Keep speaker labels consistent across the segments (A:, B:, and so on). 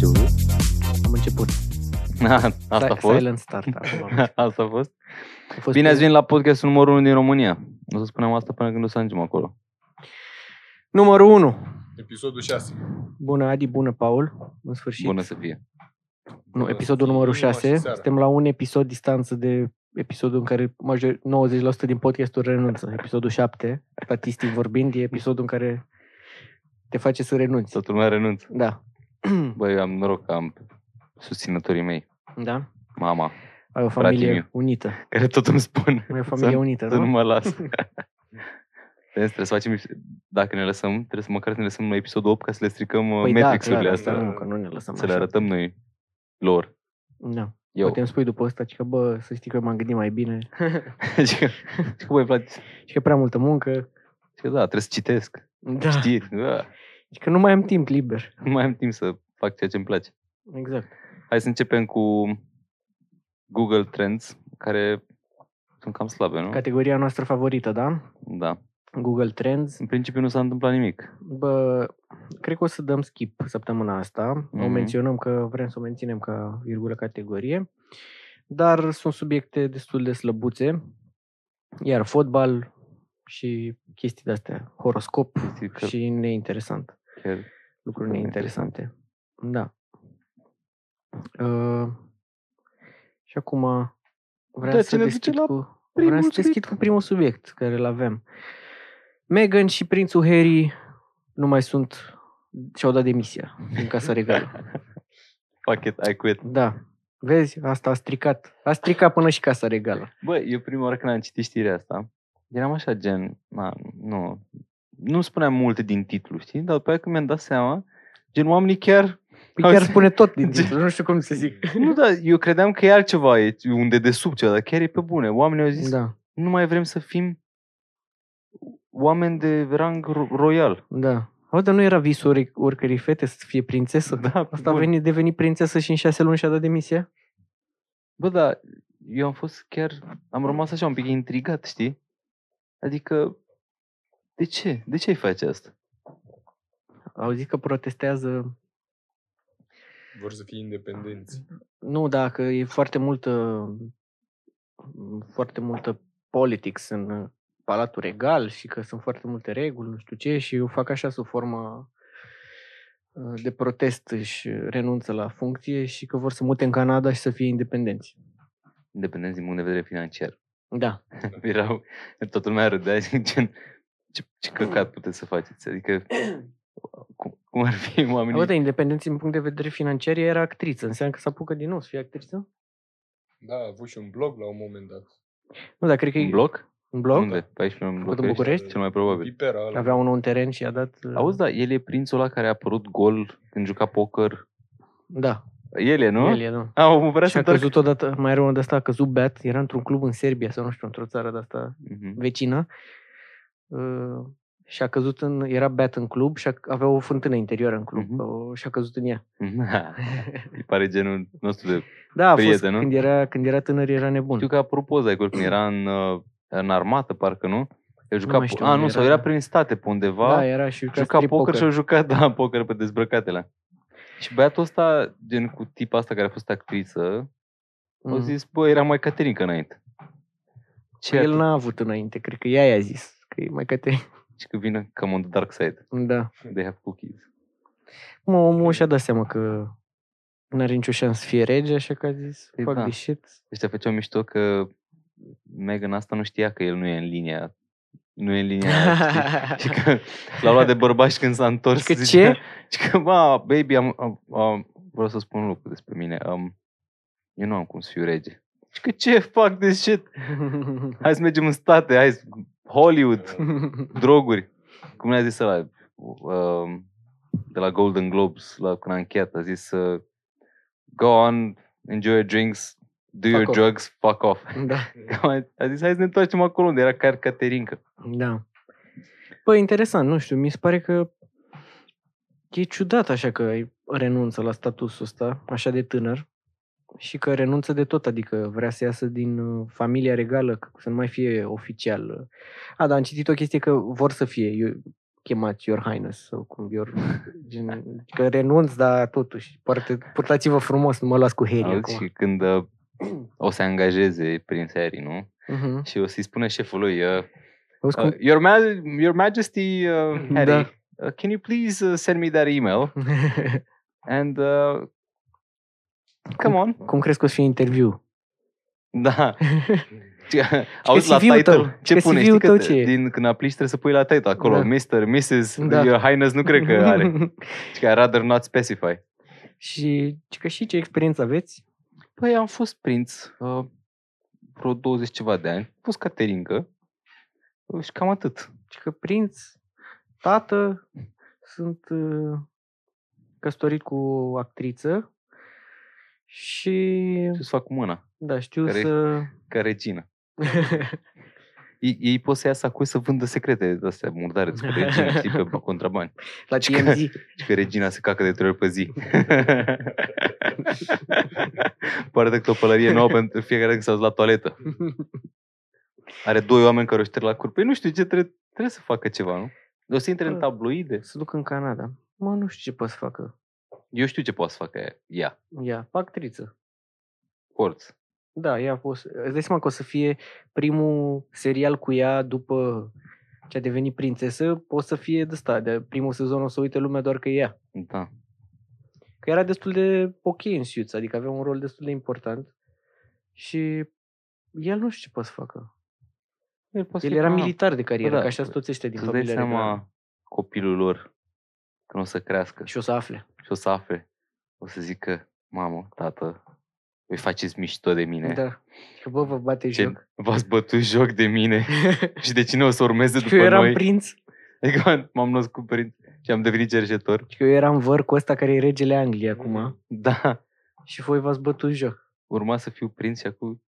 A: Du? Am început.
B: Asta a
A: Si-
B: fost?
A: Silent start acum.
B: Asta a fost?
A: A fost
B: Bine ați venit la podcastul numărul 1 din România. O să spunem asta până când o să ajungem acolo.
A: Numărul 1.
C: Episodul 6.
A: Bună Adi, bună Paul. În sfârșit.
B: Bună să fie.
A: Nu, episodul numărul 6.
C: seara.
A: Suntem la un episod distanță de episodul în care major 90% din podcasturi renunță. Episodul 7, statistic vorbind, e episodul în care te face să renunți.
B: Toată lumea renunță.
A: Da.
B: Băi, eu am noroc că am susținătorii mei.
A: Da?
B: Mama,
A: Ai o
B: Fratele
A: familie
B: meu.
A: unită.
B: care tot îmi spun
A: Ai o familie
B: Să-
A: unită,
B: să nu
A: nu?
B: mă las. Deci trebuie să facem, dacă ne lăsăm, trebuie să măcar să ne lăsăm la episodul 8 ca să le stricăm păi
A: clar,
B: matrix-urile
A: da,
B: astea.
C: da.
A: Nu, că nu ne lăsăm
B: Să le
A: așa.
B: arătăm noi lor.
A: Da. Eu.
B: Eu.
A: Putem spui după ăsta, ci că, bă, să știi că eu m-am gândit mai bine.
B: Deci că- deci că, băi, place.
A: Și că e prea multă muncă.
B: Deci că Da, trebuie să citesc.
A: Da. Știi?
B: Știri. Da.
A: Și că nu mai am timp liber.
B: Nu mai am timp să fac ceea ce îmi place.
A: Exact.
B: Hai să începem cu Google Trends, care sunt cam slabe, nu?
A: Categoria noastră favorită, da?
B: Da.
A: Google Trends.
B: În principiu nu s-a întâmplat nimic.
A: Bă, cred că o să dăm skip săptămâna asta. Mm-hmm. O
B: Mhm.
A: menționăm că vrem să o menținem ca virgulă categorie. Dar sunt subiecte destul de slăbuțe. Iar fotbal și chestii de-astea, horoscop
B: Chestii că-
A: și neinteresant.
B: Chiar
A: lucruri
B: Lucruri
A: neinteresante. Da. Uh, și acum vreau
B: Da,
A: să
B: ce ne duce
A: deschid
B: la
A: cu
B: primul
A: vreau să deschid
B: subiect.
A: cu primul subiect care îl avem. Meghan și prințul Harry nu mai sunt și-au dat demisia din Casa Regală.
B: Fuck it, I quit.
A: Da. Vezi, asta a stricat. A stricat până și Casa Regală.
B: Bă, eu prima oară când am citit știrea asta, eram așa gen, ma, nu, nu spuneam multe din titlu, știi? Dar după aia când mi-am dat seama, gen oamenii chiar...
A: Păi chiar
B: Auzi?
A: spune tot din
B: Ce-
A: titlu, nu știu cum să zic.
B: Nu, da, eu credeam că e altceva, e unde de sub ceva, dar chiar e pe bune. Oamenii au zis, da.
A: Da,
B: nu mai vrem să fim oameni de rang ro- royal.
A: da. Au, dar nu era visul ori- oricărei fete să fie prințesă?
B: Da, pe
A: Asta a
B: bune.
A: venit, devenit prințesă și în șase luni și-a dat demisia?
B: Bă, da, eu am fost chiar, am rămas așa un pic intrigat, știi? Adică, de ce? De ce ai face asta?
A: Au zis că protestează.
C: Vor să fie independenți.
A: Nu, da, că e foarte multă, mm, foarte multă politics în uh, Palatul Regal și că sunt foarte multe reguli, nu știu ce, și o fac așa sub formă uh, de protest, își renunță la funcție și că vor să mute în Canada și să fie independenți.
B: Independenți din punct de vedere financiar.
A: Da,
B: Erau, toată lumea râdea și gen, ce, ce căcat puteți să faceți? Adică, cum, cum ar fi oamenii?
A: Bă, da, independenții din punct de vedere financiar ea era actriță, înseamnă că s-a apucat din nou să fie actriță?
C: Da, a avut și un blog la un moment dat.
A: Nu, dar cred că
B: un
A: e
B: bloc?
A: un bloc.
B: Unde? Pe aici, în
A: Făcut în
B: București?
A: București?
B: Cel mai probabil.
C: Pipera ăla.
A: Avea unul un teren și i-a dat... uh,
B: Auzi, da, el e prințul ăla care a apărut gol când juca poker.
A: Da,
B: El e, nu?
A: el e, da.
B: Au, vrea
A: Și
B: să
A: a
B: întorc.
A: căzut odată, mai era unul de asta, a căzut beat, era într-un club în Serbia sau nu știu, într-o țară de asta
B: Mhm.
A: vecină. Uh, și a căzut în, era beat în club și a, avea o fântână interioară în club
B: Mhm.
A: uh, și a căzut în ea.
B: Îi pare genul nostru de
A: Da, a fost,
B: Prieten, nu?
A: când, era, când era tânăr era nebun.
B: Știu că a propus de când era în, uh, în armată, parcă nu? El juca,
A: mai
B: po-
A: știu
B: a,
A: unde
B: nu,
A: era,
B: sau era
A: da.
B: prin state pe undeva,
A: da, era și juca,
B: juca
A: street
B: poker, și a jucat, da, poker pe dezbrăcatele. Și băiatul ăsta, gen cu tipa asta care a fost actriță, mm. au
A: Mm.
B: zis, bă, era mai Caterinca înainte. Ce
A: Că El
B: el
A: n-a avut înainte, cred că ea i-a zis. Că e mai către...
B: Și că vine cam on the dark side,
A: Da.
B: they have cookies.
A: Mă, omul și-a dat seama că n-are nicio șansă să fie rege, așa că a zis,
B: Păi
A: fac
B: da.
A: de shit.
B: Ăștia făceau mișto că Megan asta nu știa că el nu e în linia nu e în linia, știi? Și că l-au luat de bărbași când s-a întors.
A: Că
B: zicea-
A: ce?
B: Și Deci, că, ba, baby, am, am, am, vreau să spun un lucru despre mine. Um, eu nu am cum să fiu rege. Și că ce fac de shit? Hai să mergem în state, hai să- Hollywood, droguri. Cum ne-a zis ăla, um, de la Golden Globes, la când a încheiat, a zis uh, Go on, enjoy your drinks, do
A: Fuck
B: your
A: off."
B: drugs, fuck off.
A: da.
B: A zis, hai să ne întoarcem acolo unde era Car Caterinca.
A: Da. Păi, interesant, nu știu, mi se pare că e ciudat așa că ai- renunță la statusul ăsta, așa de tânăr, și că renunță de tot, adică vrea să iasă din uh, familia uh. regală, că- să nu mai fie oficial. A, da, am citit o chestie că vor să fie, eu, chemați Your Highness sau cum Your... Gen, că renunț, dar totuși, poate, purtați-vă frumos, nu mă luați cu Harry
B: Auzi,
A: acum.
B: și când uh, o să angajeze prin serii, nu?
A: Mhm.
B: Și o să-i spune șefului, uh,
A: Auzi
B: uh,
A: cum...
B: your, ma- your Majesty uh, Harry,
A: Da.
B: uh, can you please uh, send me that email? And uh, come on.
A: cum crezi că o să fie interviu?
B: Da. Ce- Auzi la
A: CV-ul
B: title,
A: tău?
B: ce
A: Pe
B: pune,
A: CV-ul
B: știi că
A: tău ce e?
B: din când aplici trebuie să pui la title acolo,
A: Da.
B: Mr. Mrs.
A: Da.
B: Your Highness nu cred că are. Și că rather not specify.
A: și că și ce experiență aveți?
B: Păi am fost prinț uh, vreo 20 ceva de ani, am fost caterincă uh, și cam atât.
A: Și că prinț, tată, sunt uh, căsătorit cu o actriță și
B: Ce să fac cu mâna,
A: da, știu
B: Care-
A: să...
B: ca regină. Ei, ei pot să iasă acum să vândă secrete de astea murdare despre regină, știi, pe contrabani.
A: La
B: Și că-
A: TMZ.
B: Și că regina se cacă de trei ori pe zi. Pare că o pălărie nouă pentru fiecare dată când s-a dus la toaletă. Are doi oameni care o șterg la cur. Păi nu știu ce, trebuie, trebuie să facă ceva, nu? O să intre în tabloide.
A: Să duc în Canada. Mă, nu știu ce pot să facă.
B: Eu știu ce poate să facă ea. Ea.
A: Ia, actriță.
B: Corț.
A: Da, ea a fost... Îți dai seama că o să fie primul serial cu ea după ce a devenit prințesă, o să fie de ăsta, de primul sezon o să uite lumea doar că e ea.
B: Da.
A: că era destul de ok în Suits, adică avea un rol destul de important și el nu știu ce poate să facă.
B: El, poate
A: El
B: să fie
A: era
B: ca-
A: militar de carieră,
B: da,
A: da, ca așa sunt toți ăștia din
B: Să-ți dai
A: familia regală.
B: seama copilul lor când o să crească
A: Și o să afle.
B: și o să afle. O să zică, mamă, tată, voi faceți mișto de mine.
A: Da. Că bă, vă bate
B: Ce-
A: joc.
B: V-ați bătut joc de mine. Și de cine o să urmeze
A: Și că
B: după
A: eu eram
B: noi?
A: prinț,
B: Adică m-am născut prin... și am devenit cerșetor.
A: și că eu eram văr cu ăsta care e regele Angliei
B: Mhm.
A: acum.
B: Da,
A: Și voi v-ați bătut joc.
B: urma să fiu prins și acum...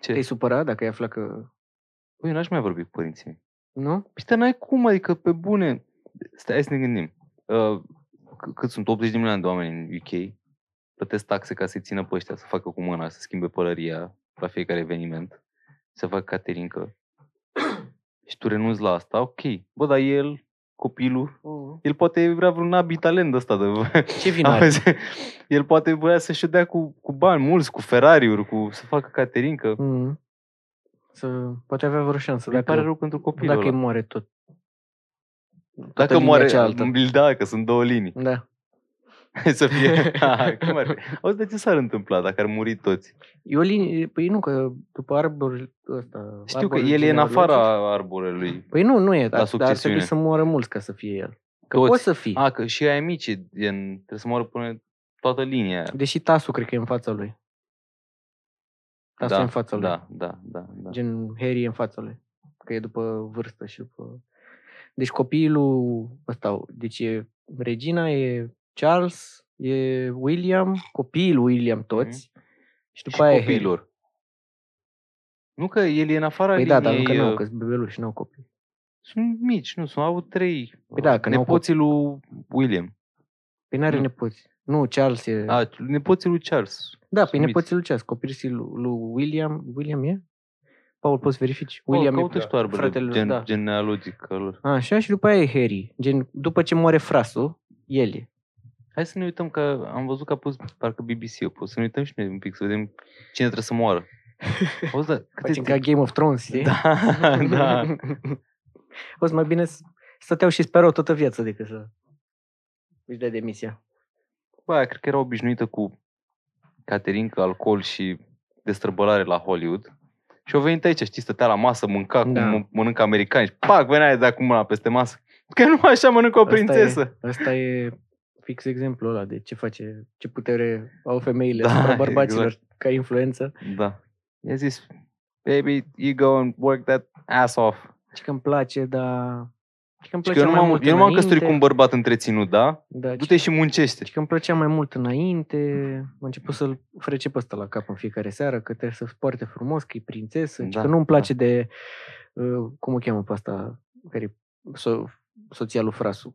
A: Te-ai
B: Ce?
A: supărat dacă ai aflat că...
B: Păi eu n-aș mai vorbi cu părinții mei.
A: Nu?
B: Păi dar n-ai cum, adică pe bune. Stai hai să ne gândim. Uh, c- cât sunt? 80 de milioane de oameni în UK. Plătesc taxe ca să-i țină pe ăștia, să facă cu mâna, să schimbe pălăria la fiecare eveniment, să facă caterincă. și tu renunți la asta, ok. Bă, dar el, copilul, el poate vrea vreun abi talent ăsta de
A: Ce vină are?
B: Auzi, el poate voia să-și o dea cu, cu bani mulți, cu Ferrari-uri, cu, să facă caterincă.
A: Mm. Să... Poate avea vreo șansă.
B: Îmi
A: Dacă,
B: pare rău pentru copilul
A: dacă îi
B: ăla.
A: moare tot. Toată
B: Dacă
A: linia
B: moare,
A: cealaltă.
B: îl- da, că sunt două linii.
A: Da.
B: să fie. Ah, Cum ar fi? Auzi, de ce s-ar întâmpla dacă ar muri toți?
A: E o linie, păi nu, că după arbor ăsta...
B: Știu că
A: arborul
B: el e în
A: genealogic-
B: afara arborelui.
A: Păi nu, nu e, dar, dar ar
B: succesiune.
A: trebui să moară mulți ca să fie el. Că
B: Toți.
A: poți să fii,
B: A, că și ai mici, e gen, trebuie să moară până toată linia aia.
A: deși Tasu cred că e în fața lui. Tasu e în fața lui.
B: Da, da, da. da.
A: Gen Harry e în fața lui. Că e după vârstă și după... Deci copilul ăsta, deci e regina, e Charles, e William, copiii lui William toți. Și după
B: și
A: aia e Harry.
B: copiilor. Nu că el e în afara
A: Păi da,
B: liniei.
A: dar încă
B: uh,
A: nu, că sunt bebeluși, nu au copii.
B: Sunt mici, nu, sunt, au trei.
A: Păi da, că n-au
B: nepoții lui William.
A: Păi n-are
B: Nu.
A: nepoți. Nu, Charles e...
B: A, nepoții lui Charles.
A: Da, pe
B: Sunt mici.
A: nepoții lui Ceas, copilul lui, lui William, William e? Paul, poți verifici? William
B: Bă,
A: e...
B: caută și tu arbele
A: fratele lor,
B: gen,
A: da.
B: genealogic al lor.
A: Așa, și după aia e Harry. Gen, după ce moare frasul, el e.
B: Hai să ne uităm că am văzut că a pus parcă BBC-ul. Poți să ne uităm și noi un pic, să vedem cine trebuie să moară. Auzi, da, câte
A: Facem ca Game of Thrones, știi?
B: Da, da.
A: o să mai bine s- stăteau și sperau toată viața decât să își dea demisia.
B: Bă, aia cred că era obișnuită cu caterincă, alcool și destrăbălare la Hollywood. Și au venit aici, știi, stătea la masă, mânca cum
A: Da.
B: mă- mănâncă americani și pac, venea aia de acum mâna peste masă. Că nu așa mănâncă o
A: Asta e.
B: prințesă.
A: Asta e fix exemplul ăla de ce face, ce putere au femeile
B: Da,
A: asupra bărbaților
B: exact.
A: ca influență.
B: Da. I-a zis, baby, you go and work that ass off.
A: Și Deci că îmi place, dar... Și că îmi
B: Și că eu
A: plăcea
B: nu
A: mai
B: m-am,
A: mult
B: eu nu m-am
A: înainte.
B: căsătorit cu un bărbat întreținut, da?
A: Da,
B: Du-te și muncește.
A: Și că îmi plăcea mai mult înainte,
B: Mm.
A: am început să-l frece pe ăsta la cap în fiecare seară, că trebuie să se poarte frumos, că e prințesă, da,
B: Da,
A: că nu-mi place de, uh, cum o cheamă pe asta, care e so- soția lui Frasu.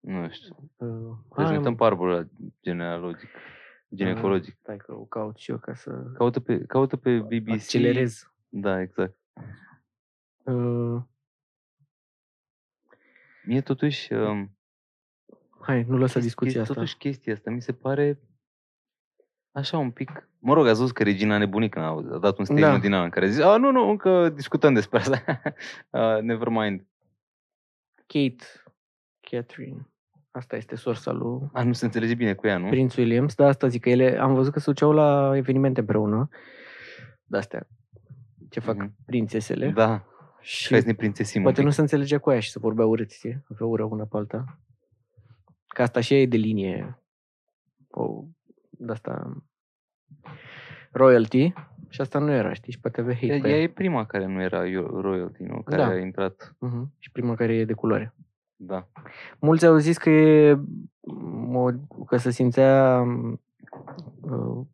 B: Nu știu.
A: Uh,
B: Deci ne
A: hai,
B: uităm
A: mă,
B: pe arborul ăla genealogic, ginecologic.
A: Stai că o caut și eu ca să
B: Caută pe, caută pe BBC.
A: accelerez. Ă,
B: Da, exact.
A: Uh,
B: Mie totuși... Um,
A: Hai, nu lăsa
B: chesti-
A: discuția asta.
B: Totuși chestia asta mi se pare așa un pic... Mă rog, ați văzut că regina nebunică când a, a dat un statement
A: Da.
B: din ăla în care zice, a, nu, nu, încă discutăm despre asta. uh, never mind.
A: Kate, Catherine. Asta este sursa lui
B: A, nu se înțelege bine cu ea, nu?
A: Prinț Williams, da, asta zic că ele, am văzut că se duceau la evenimente împreună, de-astea, ce fac
B: Mhm.
A: prințesele.
B: Da,
A: Și
B: hai să ne prințesim un
A: Poate
B: pic.
A: nu se înțelegea cu aia și să vorbea urât, știi? Avea ură una pe alta. Că asta și ea e de linie. O, de asta royalty și asta nu era, știi? Și poate avea hate
B: Ea,
A: pe
B: ea
A: ea.
B: e prima care nu era io- royalty, nu? Care
A: Da.
B: a intrat,
A: Mhm. Și prima care e de culoare.
B: da.
A: Mulți au zis că e mo- că se simțea uh,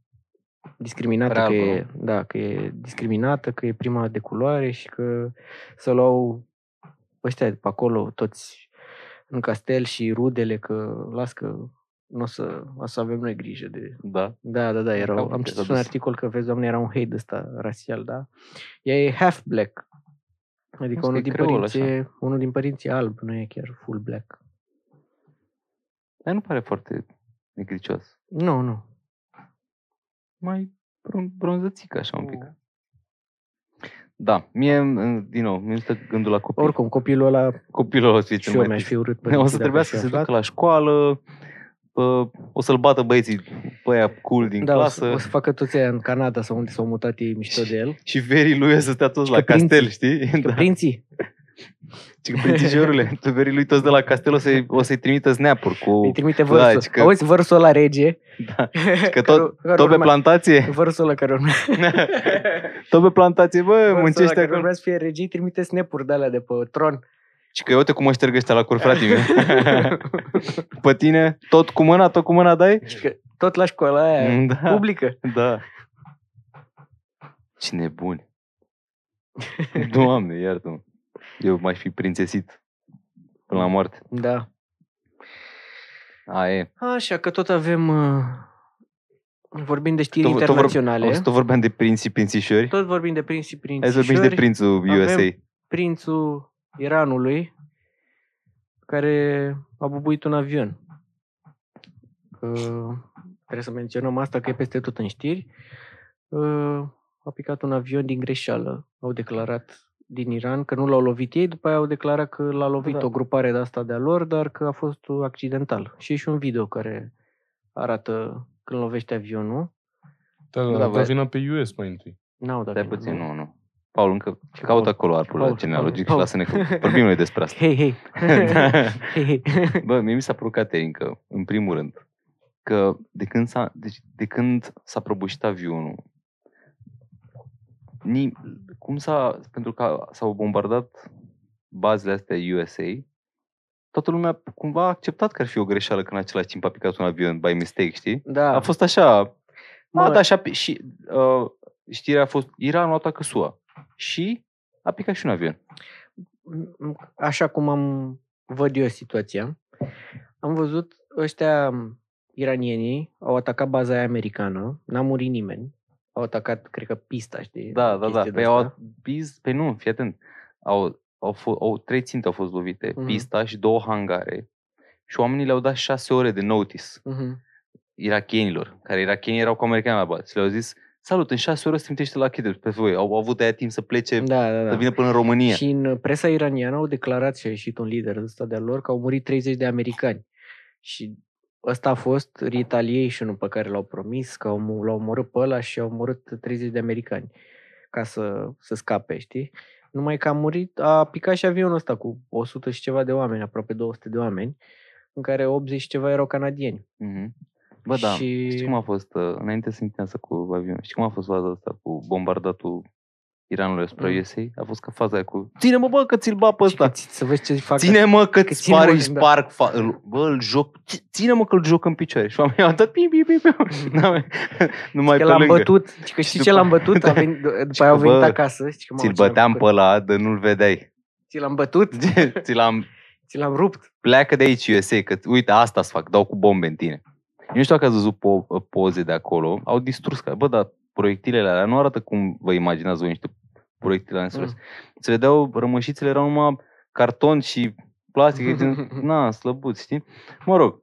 A: discriminată,
B: Prea
A: că e, da, că e discriminată, că e prima de culoare și că să luau ăștia de pe acolo toți în castel și rudele că las că nu o să, o să avem noi grijă de...
B: Da.
A: Da, da, da,
B: Cam
A: erau, am
B: putea
A: citit
B: să
A: un
B: dus.
A: articol că, vezi, doamne, era un hate ăsta rasial, da? Ea e half black. Adică
B: Asta
A: unul
B: e
A: din,
B: creol,
A: părinții, e- unul din părinții e alb, nu e chiar full black.
B: Dar nu pare foarte negricios.
A: Nu, nu.
B: Mai bron- bronzățică așa un
A: Oh.
B: pic.
C: Mm.
B: Da, mie, în- din nou, mi stă gândul la copil.
A: Oricum, copilul ăla
B: Copilul o să fie
A: și
B: cel
A: eu
B: Deci mai
A: mi-aș
B: trist.
A: fi urât
B: O
A: părinții
B: să
A: dacă
B: trebuiască
A: aș
B: să
A: fi
B: se
A: aflat.
B: ducă la școală, bă, o să-l bată băieții pe aia cool din
A: da, o să,
B: clasă
A: o să facă toți aia în Canada sau unde s-au mutat ei mișto de el.
B: și verii lui o să stea toți
A: Și
B: la
A: că
B: castel,
A: prinții-
B: știi?
A: Că
B: Da.
A: prinții
B: Și că prințișorule, verii lui toți de la castel o să-i, o să-i trimită snap-uri cu...
A: îi trimite
B: da,
A: vărsul.
B: și
A: că...
B: că-
A: Auzi vărsul la rege.
B: Da, că
A: care-
B: tot,
A: care
B: tot pe
A: urma-
B: plantație?
A: Vărsul ăla care urma.
B: Tot pe plantație, bă,
A: vărsul ăla
B: muncește
A: care
B: acolo.
A: urma să fie rege, îi trimite snap-uri de alea de pe tron.
B: Și că eu te cum mă șterg ăștia la cur, frate Pe tine, tot cu mâna, tot cu mâna dai?
C: Da,
A: și că tot la școala aia
B: Mm, Da,
A: publică.
B: da. Ce nebuni. Doamne, iartă-mă. Eu m-aș fi prințesit până la moarte.
A: Da.
B: A, e.
A: Așa că tot avem... uh, Vorbim de știri
B: Tot- tot vor-
A: internaționale.
B: Au zis, tot vorbeam de prinții, prințișori.
A: Tot vorbim de prinții,
B: Hai să vorbim și de
A: prințișori.
B: prințul
A: Avem-
B: USA.
A: prințul Iranului care a bubuit un avion. Că, trebuie să menționăm asta că e peste tot în știri. Uh, A picat un avion din greșeală, au declarat din Iran că nu l-au lovit ei, după aia au declarat că l-a lovit
B: Da.
A: o grupare de asta de-a lor, dar că a fost uh, accidental. Și e și un video care arată când lovește avionul.
C: Da,
B: Da,
C: da, da
B: voi-
C: vina pe US mai întâi.
A: N-au dat
B: Stai
A: vina,
B: puțin,
A: nu.
B: nu, nu. Paul, încă
A: Ce Paul?
B: caută acolo arborul
A: Paul,
B: genealogic și
A: Paul.
B: lasă-ne că vorbim noi despre asta.
A: Hei, hei!
B: Da.
A: hei, hei.
B: Bă, mie mi s-a părut Caterin că, în primul rând, că de când s-a, deci, de când s-a prăbușit avionul, ni, cum s-a, pentru că s-au bombardat bazele astea USA, toată lumea cumva a acceptat că ar fi o greșeală că în același timp a picat un avion by mistake, știi?
A: Da.
B: A fost așa,
A: Mă,
B: mă, da, așa, și uh, știrea a fost, Iranul atacă SUA și a picat și un avion.
A: m- m- așa cum am văd eu situația, am văzut ăștia m, iranienii au atacat baza aia americană, n-a murit nimeni, au atacat, cred că, pista, știi?
B: Da, da, da.
A: chestii de
B: Păi au,
A: astea.
B: biz, pe nu, fii atent. Au, au, fost, au, trei ținte au fost lovite,
A: Mhm.
B: mm-hmm. pista și două hangare. Și oamenii le-au dat șase ore de notice
A: Mhm.
B: irachienilor, care irachienii erau cu americani la bază. Și le-au zis, salut, în șase ore se trimitește la Chidr pe voi. Au, avut aia timp să plece, da,
A: Da, da,
B: să
A: da.
B: vină până în România.
A: Și în presa iraniană au declarat și a ieșit un lider ăsta de-a lor că au murit 30 de americani. Și ăsta a fost retaliation pe care l-au promis, că au, mu- l-au omorât pe ăla și au omorât 30 de americani ca să, să scape, știi? Numai că a murit, a picat și avionul ăsta cu 100 și ceva de oameni, aproape 200 de oameni, în care 80 și ceva erau canadieni.
B: Mhm. Bă, da,
A: Și-
B: și... știi cum a fost, uh, înainte să intre asta cu avionul, știi cum a fost faza asta cu bombardatul Iranului asupra
A: Mm.
B: mm. USA? A fost ca faza aia cu, ține-mă bă că ți-l bap pe ăsta.
A: Și că ți- Să vezi ce fac.
B: Ține-mă că
A: că
B: îți
A: ține-mă,
B: sparg, îi
A: da.
B: sparg, fa- îl, bă, îl joc, ți- ține-mă că îl joc în picioare. Și oamenii au dat pim, pim, pim, pim. N-am- Da, Nu mai
A: Mm-hmm. că
B: pe
A: l-am
B: lângă.
A: bătut, și că știi ce
B: după-
A: l-am bătut, a
B: Da.
A: venit, după
B: Și
A: aia au
B: că,
A: venit
B: bă,
A: acasă. Știi că, mamă,
B: Ți-l
A: ce am
B: băteam
A: făcut?
B: pe ăla, dar nu-l vedeai.
A: Ți l-am bătut?
B: Ți l-am
A: Ți l-am rupt.
B: pleacă de aici USA, că uite, asta să fac, dau cu bombe în tine. Eu nu știu dacă ați văzut po- poze de acolo, au distrus, ca, bă, dar proiectilele alea nu arată cum vă imaginați voi niște proiectile alea mm. Se vedeau, rămășițele erau numai carton și plastic, e gen, na, slăbut, știi? Mă rog,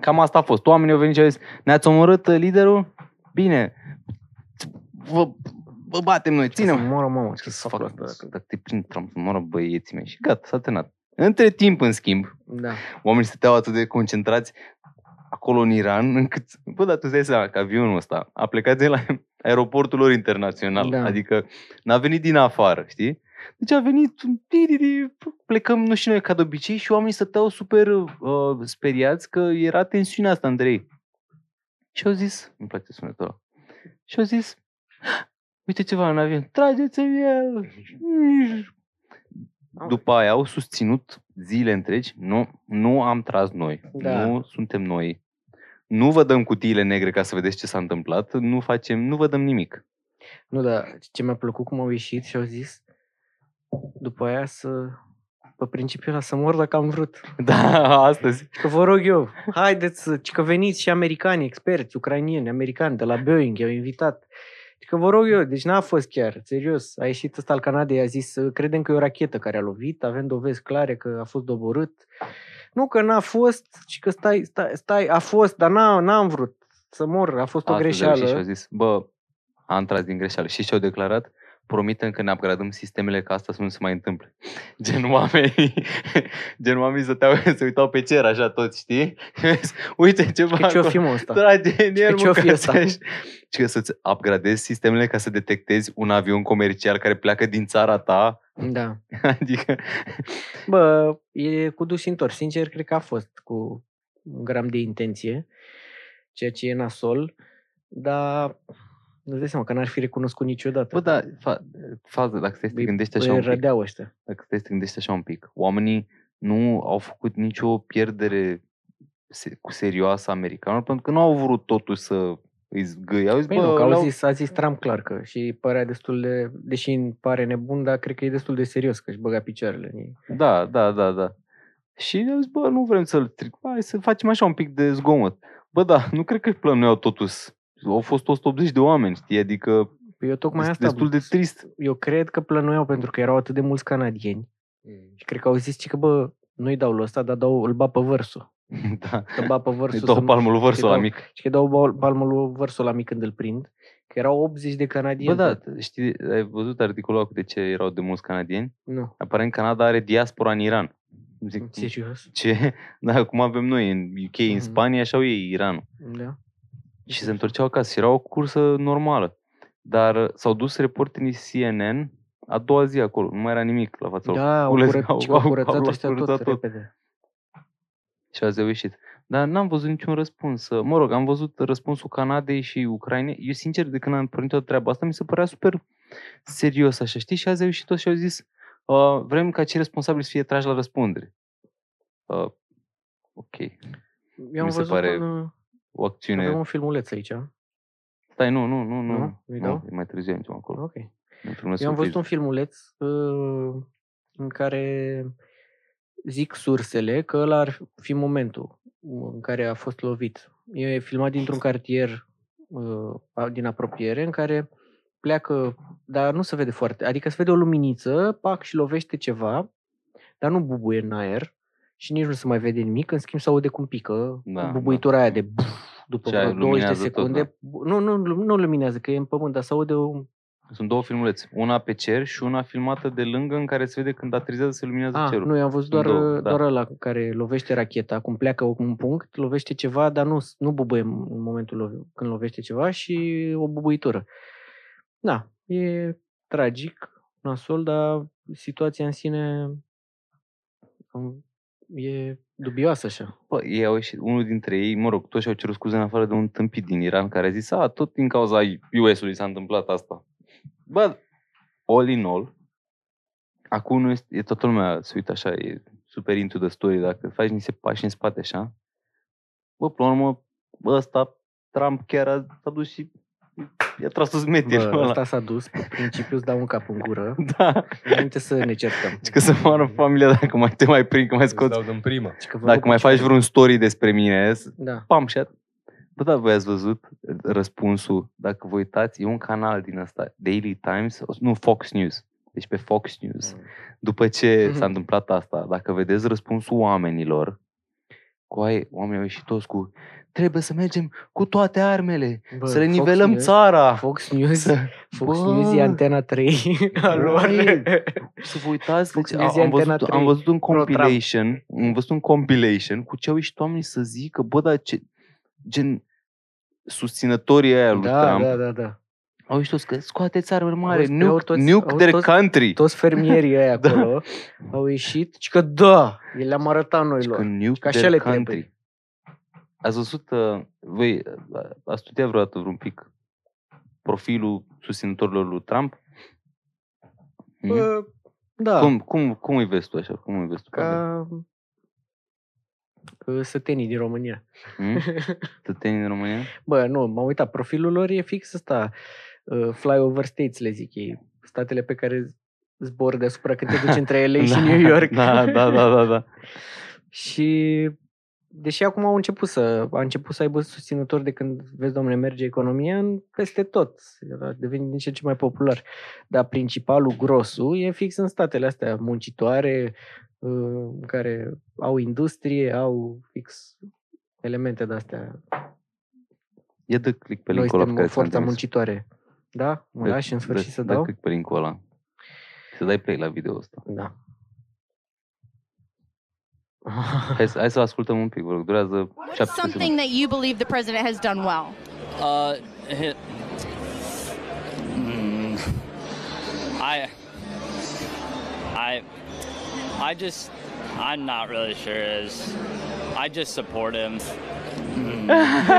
B: cam asta a fost. Oamenii au venit și au zis, ne-ați omorât uh, liderul? Bine, vă, vă batem noi,
A: Ține-mă.
B: ținem.
A: Moră, mamă, ce
B: Ce
A: să
B: să
A: fac
B: fac?
A: asta?
B: Dacă te prind Trump, să moră băieții mei. Și gata, s-a terminat. Între timp, în schimb,
A: Da.
B: oamenii stăteau atât de concentrați acolo în Iran, încât, bă, dar tu îți dai seama că avionul ăsta a plecat de la aeroportul lor internațional,
A: Da.
B: da. adică n-a venit din afară, știi? Deci a venit, tiriri, plecăm nu și noi ca de obicei și oamenii stăteau super uh, speriați că era tensiunea asta între ei. Și au zis, îmi place sunetul ăla, și au zis, uite ceva în avion, trageți în el! După aia au susținut zile întregi, nu, nu am tras noi,
A: Da.
B: da. nu suntem noi. Nu vă dăm cutiile negre ca să vedeți ce s-a întâmplat, nu facem, nu vă dăm nimic.
A: Nu, dar ce mi-a plăcut cum au ieșit și au zis după aia să pe principiul ăla să mor dacă am vrut.
B: Da, astăzi.
A: Că vă rog eu, haideți, să- ci că veniți și americani, experți, ucrainieni, americani de la Boeing, i-au invitat. Ci că vă rog eu, deci n-a fost chiar, serios. A ieșit ăsta al Canadei, a zis, credem că e o rachetă care a lovit, avem dovezi clare că a fost doborât. Nu că n-a fost, ci că stai, stai, stai a fost, dar n-a, n-am vrut să mor, a fost o
B: astăzi au ieșit Și au
A: greșeală.
B: zis, bă, am tras din greșeală. Și și-au declarat, promitem că ne upgradăm sistemele ca asta să nu se mai întâmple. Gen oamenii, gen oamenii stăteau, se uitau pe cer așa toți, știi? Uite ceva
A: Că ce-o
B: acolo.
A: fi mă ăsta?
B: Trage în Da, el,
A: ce-o
B: mă,
A: fi
B: că
A: ăsta?
B: să-și- Și că să-ți upgradezi sistemele ca să detectezi un avion comercial care pleacă din țara ta.
A: Da.
B: Adică,
A: Bă, e cu dus și întors. Sincer, cred că a fost cu un gram de intenție, ceea ce e nasol, dar nu-ți dai seama că n-ar fi recunoscut niciodată.
B: bă, da, fa- fază, dacă stai să te
A: Îi-
B: gândești
A: Băi,
B: așa un pic,
A: rădeau ăștia.
B: dacă stai să te gândești așa un pic, oamenii nu au făcut nicio pierdere se- cu serioasă americană, pentru că nu au vrut totuși să îi zgâie. Au zis,
A: Păi
B: bă,
A: nu, că
B: le-au-
A: au zis, a zis Trump clar că și părea destul de, deși îmi pare nebun, dar cred că e destul de serios că își băga picioarele în ei.
B: Da, da, da, da. Și eu zic, bă, nu vrem să-l tric. Hai să facem așa un pic de zgomot. Bă, da, nu cred că plănuiau totuși. Au fost 180 de oameni, știi? Adică
A: Păi eu tocmai
B: Mai
A: asta,
B: destul de trist.
A: eu cred că plănuiau pentru că erau atât de mulți canadieni și cred că au zis ci că, bă, nu-i dau lui ăsta, dar dau, îl ba pe vărsul.
B: da.
A: Că ba pe vărsul.
B: Îi dau
A: să nu-
B: palmul lui
A: îi
B: vărsul la
A: dau-
B: mic.
A: Și că dau bal- palmul lui Vărsul la mic când îl prind. Că erau 80 de
B: Bă,
A: canadieni.
B: da, știi, ai văzut articolul ăla cu de ce erau de mulți canadieni?
A: Nu.
B: Aparent Canada are diaspora în Iran. Zic,
A: Serios?
B: ce? Da, cum avem noi în UK, în
A: Mhm.
B: Spania, așa au ei Iranul.
A: Da.
B: Și se întorceau acasă. și Era o cursă normală. Dar uh, s-au dus reporterii CNN a doua zi acolo. Nu mai era nimic la fața lor.
A: Da, au,
B: cules-
A: curăț,
B: au-
A: au,
B: au-
A: curățat
B: au luat-
A: ăștia tot,
B: curățat tot.
A: repede. Da.
B: Și azi au ieșit. Dar n-am văzut niciun răspuns. Uh, Mă rog, am văzut răspunsul Canadei și Ucrainei. Eu, sincer, de când am pornit toată treaba asta, mi se părea super serios, așa, știi? Și azi au ieșit toți și au zis uh, vrem ca cei responsabili să fie trași la răspundere. Uh, ok.
A: Eu am
B: Mi se
A: văzut
B: pare
A: un,
B: O acțiune...
A: avem un filmuleț aici.
B: Stai, nu, nu, nu, nu.
A: Nu?
B: Nu?
A: Nu-i
B: nu
A: dau?
B: e mai târziu ajungem acolo.
A: Ok.
B: Într-un
A: Eu am văzut
B: surpriză.
A: un filmuleț uh, în care zic sursele că ăla ar fi momentul în care a fost lovit. E filmat dintr-un cartier uh, a- din apropiere în care pleacă, dar nu se vede foarte, adică se vede o luminiță, pac și lovește ceva, dar nu bubuie în aer și nici nu se mai vede nimic, în schimb se aude cum pică
B: Da,
A: bubuitura
B: da.
A: aia de buf, după
B: Și
A: vreo
B: aia
A: 20 de
B: luminează tot, da.
A: secunde. nu, nu, nu luminează, că e în pământ, dar se aude un
B: Sunt două filmulețe. Una pe cer și una filmată de lângă în care se vede când aterizează se luminează
A: Ah,
B: cerul.
A: nu, eu am văzut
B: Sunt
A: doar,
B: două, da.
A: doar ăla care lovește racheta, cum pleacă un punct, lovește ceva, dar nu, nu bubuie în momentul lo- când lovește ceva și o bubuitură. Da, e tragic, nasol, dar situația în sine um, e dubioasă așa.
B: Bă, ei au ieșit, unul dintre ei, mă rog, toți au cerut scuze în afară de un tâmpit din Iran care a zis, a, tot din cauza US-ului s-a întâmplat asta. Bă, all in all, acum nu este, e toată lumea se uită așa, e super into the story, dacă faci niște pași în spate așa, bă, până la urmă, bă, ăsta, Trump chiar a, s-a dus și i-a tras o
A: Bă,
B: smetirul ăla.
A: asta s-a dus, pe principiu îți dau un cap în gură,
B: Da.
A: înainte să ne certăm.
B: Deci că să moară familia dacă mai te mai prind, că mai
C: Îți
B: scoți.
C: dau din prima.
A: Deci că vă
B: Dacă
A: rup
B: mai
A: și-
B: faci vreun story despre mine, s-
A: Da,
B: pam și at- Bă, da, voi ați văzut răspunsul, dacă vă uitați, e un canal din ăsta, Daily Times, nu, Fox News. deci pe Fox News,
A: Mm.
B: după ce
A: Mhm.
B: s-a întâmplat asta, dacă vedeți răspunsul oamenilor, cu ai, oamenii au ieșit toți cu trebuie să mergem cu toate armele,
A: Bă,
B: să le nivelăm
A: Fox News,
B: țara.
A: Fox News, Fox
B: Bă.
A: News e antena 3 a lor.
B: Băi, Să vă uitați,
A: Fox
B: deci,
A: News
B: a-
A: e
B: am,
A: Antena
B: văzut,
A: 3,
B: am văzut un
A: Pro Trump.
B: compilation, am văzut un compilation cu ce au ieșit oamenii să zică, bă, dar ce, gen, susținătorii aia lui
A: Da,
B: Trump,
A: da, da, da.
B: au ieșit toți că scoateți armele mare,
A: Auzi, au
B: nuke,
A: toți-
B: nuke
A: au
B: their
A: toți-
B: country.
A: Toți fermierii aia
B: Da.
A: acolo au ieșit și că da, i le-am arătat noi
B: Și că
A: lor.
B: nuke
A: că așa
B: their
A: le
B: country.
A: trebuie.
B: Ați văzut, uh, voi, uh, ați studiat vreodată vreun pic profilul susținătorilor lui Trump? Mhm.
A: Bă, da,
B: Cum, cum, cum îi vezi tu așa? Cum îi vezi tu?
A: ca ca sătenii din România.
B: Mhm? Tătenii din România?
A: Bă, nu, m-am uitat. Profilul lor e fix ăsta. uh, Flyover states, le zic ei. Statele pe care z- zbor deasupra când te duci între LA și New York.
B: Da, da, da, da, da.
A: și deși acum au început să, a început să aibă susținători de când, vezi, domnule, merge economia în, peste tot. A devenit din ce în ce mai popular. Dar principalul grosul e fix în statele astea muncitoare, uh, care au industrie, au fix elemente de-astea
B: Ia dă click pe
A: noi
B: linkul ăla pe
A: suntem
B: care Deci,
A: o
B: ți-l
A: forța
B: trimis.
A: muncitoare. Da? Mă
B: Dă-
A: lași în sfârșit
B: dă-
A: să
B: dă
A: dau?
B: click pe linkul ăla. Să dai play la video ăsta.
A: Da.
B: Hai, să- hai să-l ascultăm un pic, vă rog. Durează 7 secunde.
D: something that you believe the president has done well?
E: Uh, hit. Mm. I, I, I just, I'm not really sure. Is I just support him.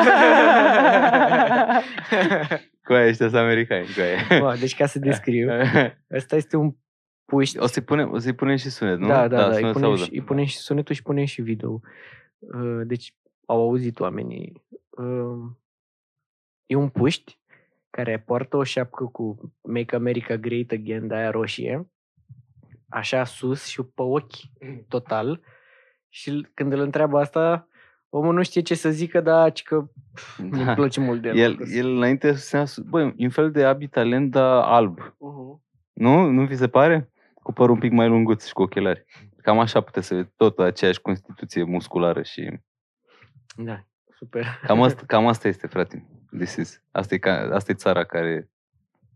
B: Cu aia ăștia sunt americani, cu aia.
A: Bă, deci ca să descriu, ăsta este un puști.
B: O să-i punem, o să-i punem și sunet, nu?
A: Da, da, da,
B: sunet
A: îi,
B: să
A: punem
B: audă.
A: și, îi punem și sunetul și punem și video. Uh, Deci au auzit oamenii. Uh, E un puști care poartă o șapcă cu Make America Great Again, de aia roșie, așa sus și pe ochi total. Și l- când îl întreabă asta, omul nu știe ce să zică, dar ci că
B: Da.
A: îmi place mult de
B: El, el înainte susținea, su- băi, e un fel de abi talent, dar alb.
A: Uh-huh.
B: Nu? Nu vi se pare? Cu părul un pic mai lunguț și cu ochelari. Cam așa puteți să vedeți tot aceeași constituție musculară și...
A: Da, super.
B: Cam asta, cam asta este, frate. This is. Asta e, ca, asta e țara care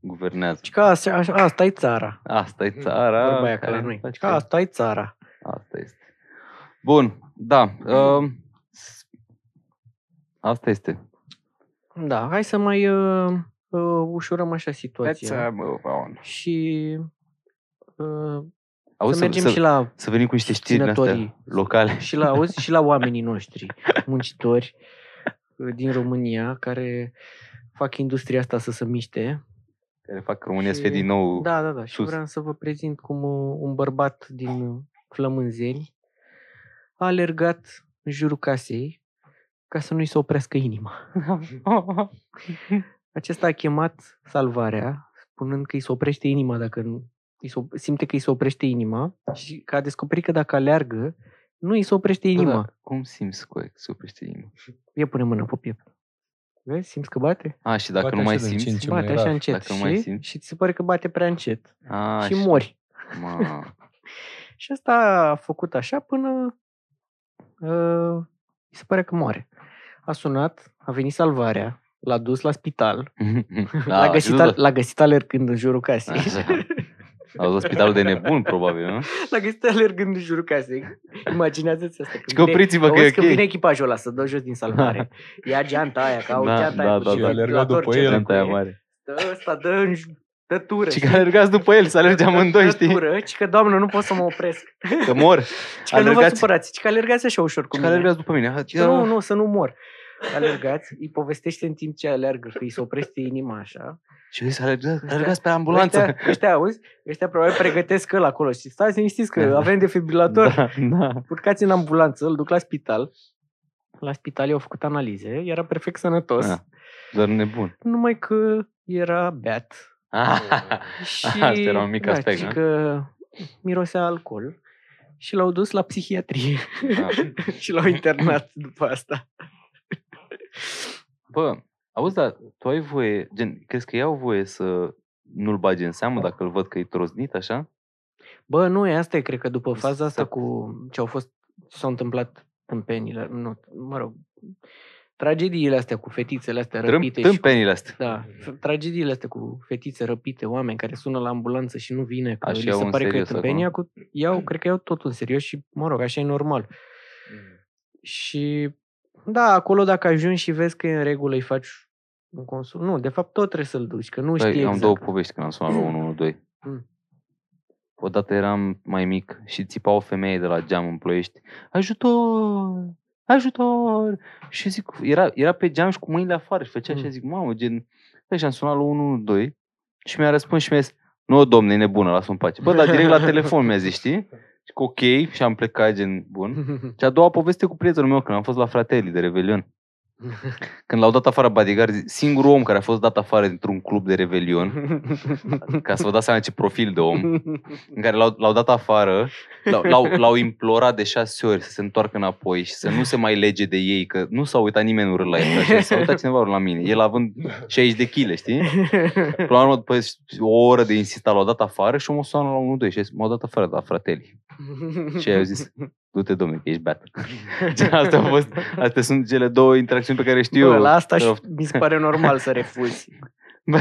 B: guvernează.
A: Și că asta, așa- asta e țara.
B: Asta e
A: Da,
B: țara.
A: Vorba aia ca la
B: care
A: noi.
B: face-
A: Că asta e țara.
B: Asta este. Bun, da.
A: Mm-hmm.
B: Uh, asta este.
A: Da, hai să mai uh, uh, ușurăm așa situația.
B: uh, move on.
A: Și uh,
B: Auzi, să,
A: să mergem
B: să,
A: și la
B: să venim cu niște știri din astea
A: susținătorii.
B: locale.
A: și la auzi, și la oamenii noștri, muncitori uh, din România care fac industria asta să se miște.
B: Care fac România să
A: Și-
B: fie din nou...
A: Da, da, da. Și
B: sus.
A: vreau să vă prezint cum uh, un bărbat din uh, Flămânzeni a alergat în jurul casei ca să nu-i se oprească inima. Acesta a chemat salvarea, spunând că îi se oprește inima dacă nu, îi se, op- simte că îi se oprește inima și că a descoperit că dacă aleargă, nu îi se oprește
B: Bă,
A: inima.
B: da, cum simți cu suprește inima?
A: Ia pune mâna pe piept. Vezi? Simți că bate?
B: A, și dacă
C: Poate
B: nu mai
C: așa din
B: simți?
C: Ce
A: bate
C: mai
A: așa
C: rar,
A: încet
B: dacă
A: și,
B: nu mai simți.
A: și ți se pare că bate prea încet
B: A,
A: și mori.
B: Ma.
A: Și asta a făcut așa până uh, îi se pare că moare. A sunat, a venit salvarea, l-a dus la spital, l-a,
B: Da, a
A: găsit,
B: zis,
A: al, l-a găsit alergând în jurul casei.
B: Așa. Au zis la spitalul de nebun, probabil, nu?
A: L-a găsit alergând în jurul casei. Imaginează-ți asta.
B: Și că opriți-vă că e
A: auzi că vine
B: ok.
A: echipajul ăla să dă jos din salvare. Ia geanta aia, că au
B: Da,
A: geanta
B: da,
A: aia
B: da,
A: cu
B: da.
A: ventilator,
C: Alerga după
A: ce
C: el.
A: dracu
B: Geanta aia
A: e.
B: mare.
A: Dă ăsta, dă în ju- dă tură.
B: Și că alergați după el, să alerge amândoi,
A: Dă
B: știi?
A: tură, ci că doamnă, nu pot să mă opresc.
B: Că mor.
A: Ci că nu vă
B: Alergați.
A: supărați, ci că alergați așa ușor cu
B: Și că
A: mine.
B: alergați după mine. Ha,
A: Zice, nu, nu, să nu mor. Alergați, îi povestește în timp ce alergă, că îi se oprește inima așa.
B: Și zis, alergați, alergați pe ambulanță.
A: Ăștia, ăștia auzi, ăștia probabil pregătesc ăla acolo și stați liniștiți că
B: Da.
A: avem defibrilator.
B: Da, da.
A: urcați în ambulanță, îl duc la spital. La spital i-au făcut analize, era perfect sănătos,
B: Da. Doar nebun.
A: numai că era beat.
B: Ah.
A: Și, da,
B: Asta era un mic aspect, da?
A: și
B: nu?
A: că mirosea alcool și l-au dus la psihiatrie
B: Da.
A: și l-au internat după asta.
B: Bă, auzi, dar tu ai voie, gen, crezi că ei au voie să nu-l bage în seamă dacă îl văd că e trosnit, așa.
A: Bă, nu, e asta e, cred că după
B: Mi se
A: faza asta
B: pare-
A: cu ce au fost, ce s-au întâmplat tâmpenile, nu, mă rog, tragediile astea cu fetițele astea
B: Trâm,
A: răpite și cu,
B: tâmpenile astea.
A: da, f- tragediile astea cu fetițe răpite, oameni care sună la ambulanță și nu vine, că
B: Așa
A: li
B: iau
A: se
B: în
A: pare că e
B: serios acum.
A: tâmpenia, cu, iau, cred că iau tot în serios și, mă rog, așa e normal.
B: Mm.
A: Și, da, acolo dacă ajungi și vezi că e în regulă, îi faci un consum. Nu, de fapt tot trebuie să-l duci, că nu știi
B: Păi,
A: exact.
B: am două povești când am sunat la 112.
A: Mm.
B: Odată eram mai mic și țipa o femeie de la geam în ploiești. Ajutor! Ajutor! Și zic, era, era pe geam și cu mâinile afară și făcea
A: Mm.
B: așa, zic, mamă, gen... Păi, și am sunat la 112 și mi-a răspuns și mi-a zis, nu, domne, e nebună, lasă-mă în pace. Bă, dar direct la telefon mi-a zis, știi? Zic, ok, și am plecat, gen, bun. Și a doua poveste cu prietenul meu când am fost la Fratelli de Revelion. Când l-au dat afară bodyguard, singurul om care a fost dat afară dintr-un club de Revelion, ca să vă dați seama ce profil de om, în care l-au, l-au dat afară, l-au, l-au, l-au implorat de șase ori să se întoarcă înapoi și să nu se mai lege de ei, că nu s-a uitat nimeni urât la el, așa, s-a uitat cineva urât la mine, el având 60 de kg, știi? Până la urmă, după o oră de insistat, l-au dat afară și omul sună la 112 și a zis, m-au dat afară da, de la Fratelli. Și eu zis, du-te, domne, că ești beat. Gen, Astea, au fost, astea sunt cele două interacțiuni pe care știu
A: Bă,
B: eu.
A: la asta și
B: Rof.
A: mi se pare normal să refuzi.
C: Da.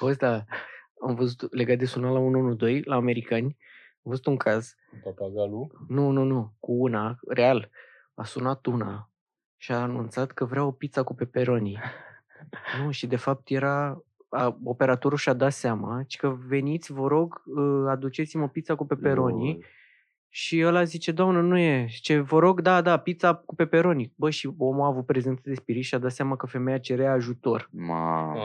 A: Auzi, da, am văzut, legat de sunat la 112, la americani, am văzut un caz,
C: Cu Papagalul.
A: nu, nu, nu, cu una, real, a sunat una și a anunțat că vrea o pizza cu pepperoni. Nu, și de fapt era, a, operatorul și-a dat seama, ci că veniți, vă rog, ă, aduceți-mă pizza cu pepperoni. Și ăla zice, doamnă, nu e. Ce vă rog, da, da, pizza cu pepperoni. Bă, și omul a avut prezență de spirit și a dat seama că femeia cerea ajutor.
B: Ma,
C: Ah.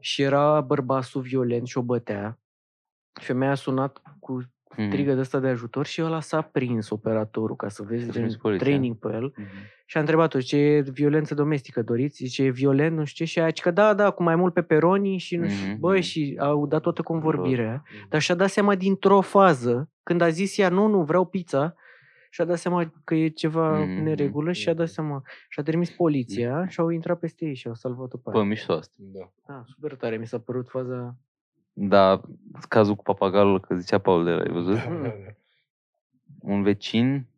A: Și era bărbatul violent și o bătea. Femeia a sunat cu
B: hmm.
A: strigă de ăsta de ajutor și ăla s-a prins operatorul ca să vezi
B: Mm. S-a
A: gen
B: prins poliția.
A: training pe el. Și a întrebat-o, ce e violență domestică doriți? Zice, e violent, nu știu ce. Și aia, zice că da, da, cu mai mult pepperoni și nu știu.
B: Mhm,
A: Bă,
B: mhm.
A: și au dat toată convorbirea.
B: mm.
A: Dar și-a dat seama dintr-o fază, când a zis ea, nu, nu, vreau pizza, și-a dat seama că e ceva
B: Mhm,
A: mm-hmm. neregulă și-a dat
C: mhm.
A: seama. Și-a trimis poliția și au intrat peste ei și au salvat-o pe
B: Mm. Bă,
A: aia.
B: mișto asta.
C: Da.
A: Da, super tare, mi s-a părut faza...
B: Da, cazul cu papagalul, că zicea Paul de la, ai văzut?
C: Da, da, da.
B: Un vecin,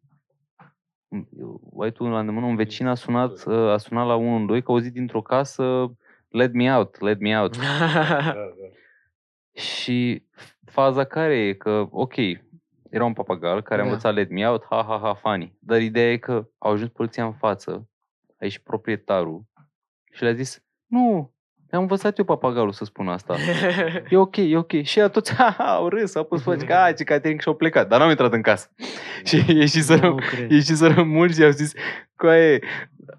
B: ai tu la îndemână, un vecin a sunat, a sunat la 112 că a auzit dintr-o casă, let me out, let me out.
C: Da, da.
B: Și faza care e că, ok, era un papagal care a
A: Da.
B: învățat let me out, ha, ha, ha, funny. Dar ideea e că au ajuns poliția în față, aici proprietarul, și le-a zis, nu, am învățat eu papagalul să spun asta. E ok, e ok. Și toți ha, ha, au râs, au pus faci, ca, ce catering și-au plecat. Dar n-au intrat în casă. Și ieșiseră,
A: nu cred.
B: ieșiseră mulți și au zis, coaie,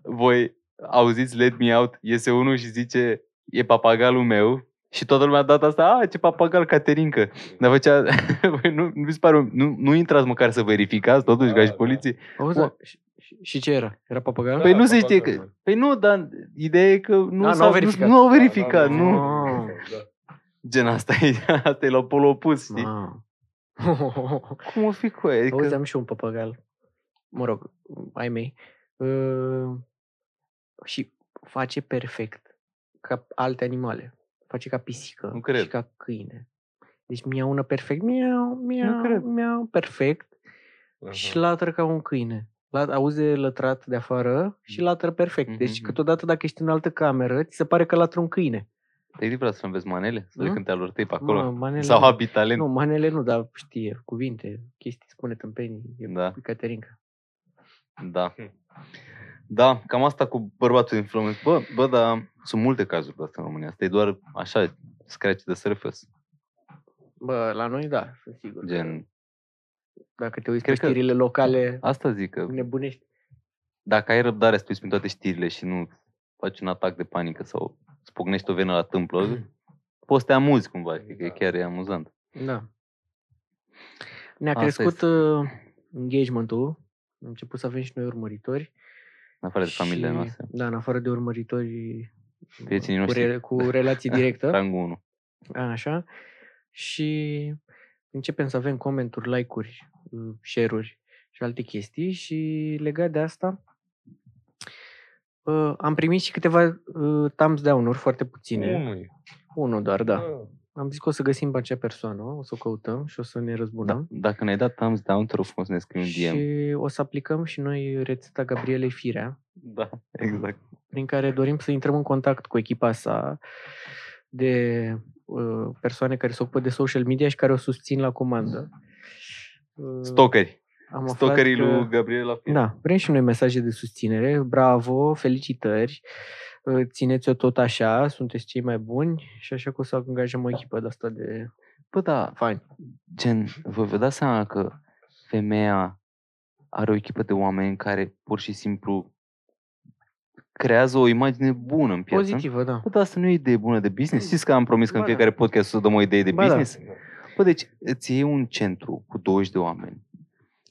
B: voi auziți Let Me Out, iese unul și zice, e papagalul meu. Și toată lumea a dat asta, a, ce papagal, Caterinca. Dar făcea, voi nu, nu, vi se pare, un- nu, nu intrați măcar să verificați, totuși, ca
C: Da,
B: și
C: da.
B: poliție.
A: Auzi,
B: Bă.
A: și- și- și ce era? Era papagal?
B: Păi nu se
C: papagalul
B: știe că...
C: meu.
B: Păi nu, dar ideea e că nu,
A: Da,
B: s-a,
A: n-au
B: nu-
A: verificat.
B: nu au
C: Da, da,
A: Ah,
B: verificat,
C: da,
B: nu.
C: da, da.
B: Gen, asta e, asta e la pol opus, știi?
A: Ma.
B: Cum o fi cu aia? Adică,
A: Da. Auzi, am și un papagal. Mă rog, ai mei. Uh, și face perfect ca alte animale. Face ca pisică
B: Nu cred.
A: și ca câine. Deci miaună perfect, miau, miau,
B: cred.
A: miau, perfect
C: Da. Aha.
A: și latră ca un câine. La, auze lătrat de afară și latră perfect. Deci
B: Mhm.
A: câteodată dacă ești în altă cameră, ți se pare că latră un câine.
B: Te-ai livrat să înveți manele? Să
A: Nu?
B: vezi când te alor pe acolo?
A: Mă, manele,
B: Sau habit talent?
A: Nu, manele nu, dar știe cuvinte, chestii, spune tâmpenii. E
B: Da,
A: Caterinca.
B: da.
A: Hm.
B: Da, cam asta cu bărbatul influenț. Bă, bă, dar sunt multe cazuri de asta în România. Asta e doar așa, scratch de surface.
A: Bă, la noi da, sunt sigur.
B: Gen,
A: Dacă te uiți
B: Cred
A: pe
B: că-
A: știrile locale,
B: asta zic că
A: nebunești.
B: dacă ai răbdare să te uiți prin toate știrile și nu faci un atac de panică sau spocnești o venă la tâmplă,
A: Hm.
B: poți să te amuzi cumva, știi, că e
C: Da.
B: chiar e amuzant.
A: Da. Ne-a
B: Asta
A: crescut
B: este.
A: uh, engagement-ul. Am început să avem și noi urmăritori.
B: În afară de familiile
A: și-
B: noastre.
A: Da, în afară de urmăritori
B: Prietenii
A: cu,
B: noștri.
A: re- cu relații directă.
B: Rangul 1.
A: așa. Și începem să avem comenturi, like-uri, mm, uh, share-uri și alte chestii. Și legat de asta, uh, am primit și câteva uh, thumbs down-uri, foarte puține. Mm.
C: Unui.
A: Unul doar, da.
C: Ah,
A: Am zis că o să găsim pe acea persoană, o să o căutăm și o să ne
B: Da,
A: răzbunăm.
B: dacă ne-ai dat thumbs down, te rog frumos să ne scrii un DM.
A: Și o să aplicăm și noi rețeta Gabrielei Firea,
B: Da, exact.
A: prin care dorim să intrăm în contact cu echipa sa de uh, persoane care se ocupă de social media și care o susțin la comandă. Uh,
B: Stalkeri.
A: am aflat
B: Stalkerii
A: că-
B: lui Gabriela Firea.
A: Da, vrem și noi mesaje de susținere. Bravo, felicitări, uh, țineți-o tot așa, sunteți cei mai buni și așa că o să angajăm o echipă de asta de
B: Bă, da,
A: fani.
B: gen, vă, vă dați seama că femeia are o echipă de oameni care pur și simplu creează o imagine bună în piață.
A: Pozitivă, da.
B: Bă, dar asta nu e o idee bună de business. Știți că am promis că
A: Ba
B: în
A: da.
B: fiecare podcast o să dăm o idee de
A: Ba da.
B: business? Bă, deci îți iei un centru cu 20 de oameni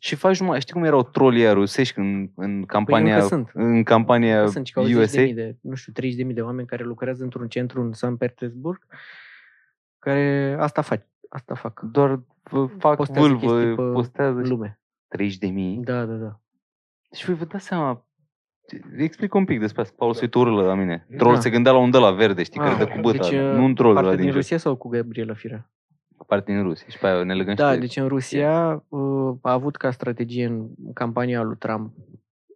B: și faci numai... Știi cum erau trolii rusești în, în campania...
A: încă Păi sunt.
B: În campania
A: Sunt și că au
B: USA?
A: 10.000 de, nu știu, 30.000 de oameni care lucrează într-un centru în San Petersburg, care asta fac. Asta fac.
B: Doar vă fac
A: Postează chestii
B: vâlvă,
A: pe
B: postează și
A: Lume.
B: 30 de mii.
A: Da, da, da.
B: Și voi vă dați seama... Explic un pic despre asta. Paul
C: Da.
B: se uită urlă la mine. Troll
A: Da.
B: se gândea la un de la verde, știi, care
A: Ah,
B: dă cu băta.
A: deci,
B: nu un troll
A: Parte
B: ăla
A: din
B: din jos.
A: Rusia sau cu Gabriela Firea?
B: Parte din Rusia. Și pe aia ne legăm
A: Da,
B: și de-
A: deci în Rusia uh, a avut ca strategie în campania lui Trump,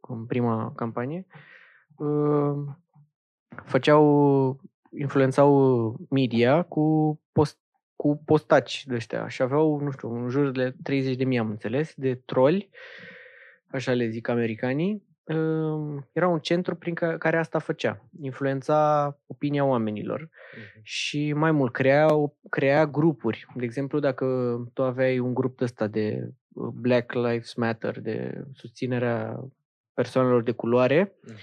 A: în prima campanie, uh, făceau, influențau media cu post cu postaci de ăștia și aveau, nu știu, în jur de 30 de mii, am înțeles, de troli, așa le zic americanii. Um, Era un centru prin ca- care asta făcea, influența opinia oamenilor și mai mult crea, crea grupuri. De exemplu, dacă tu aveai un grup de ăsta de uh, Black Lives Matter, de susținerea persoanelor de culoare,
C: Mhm.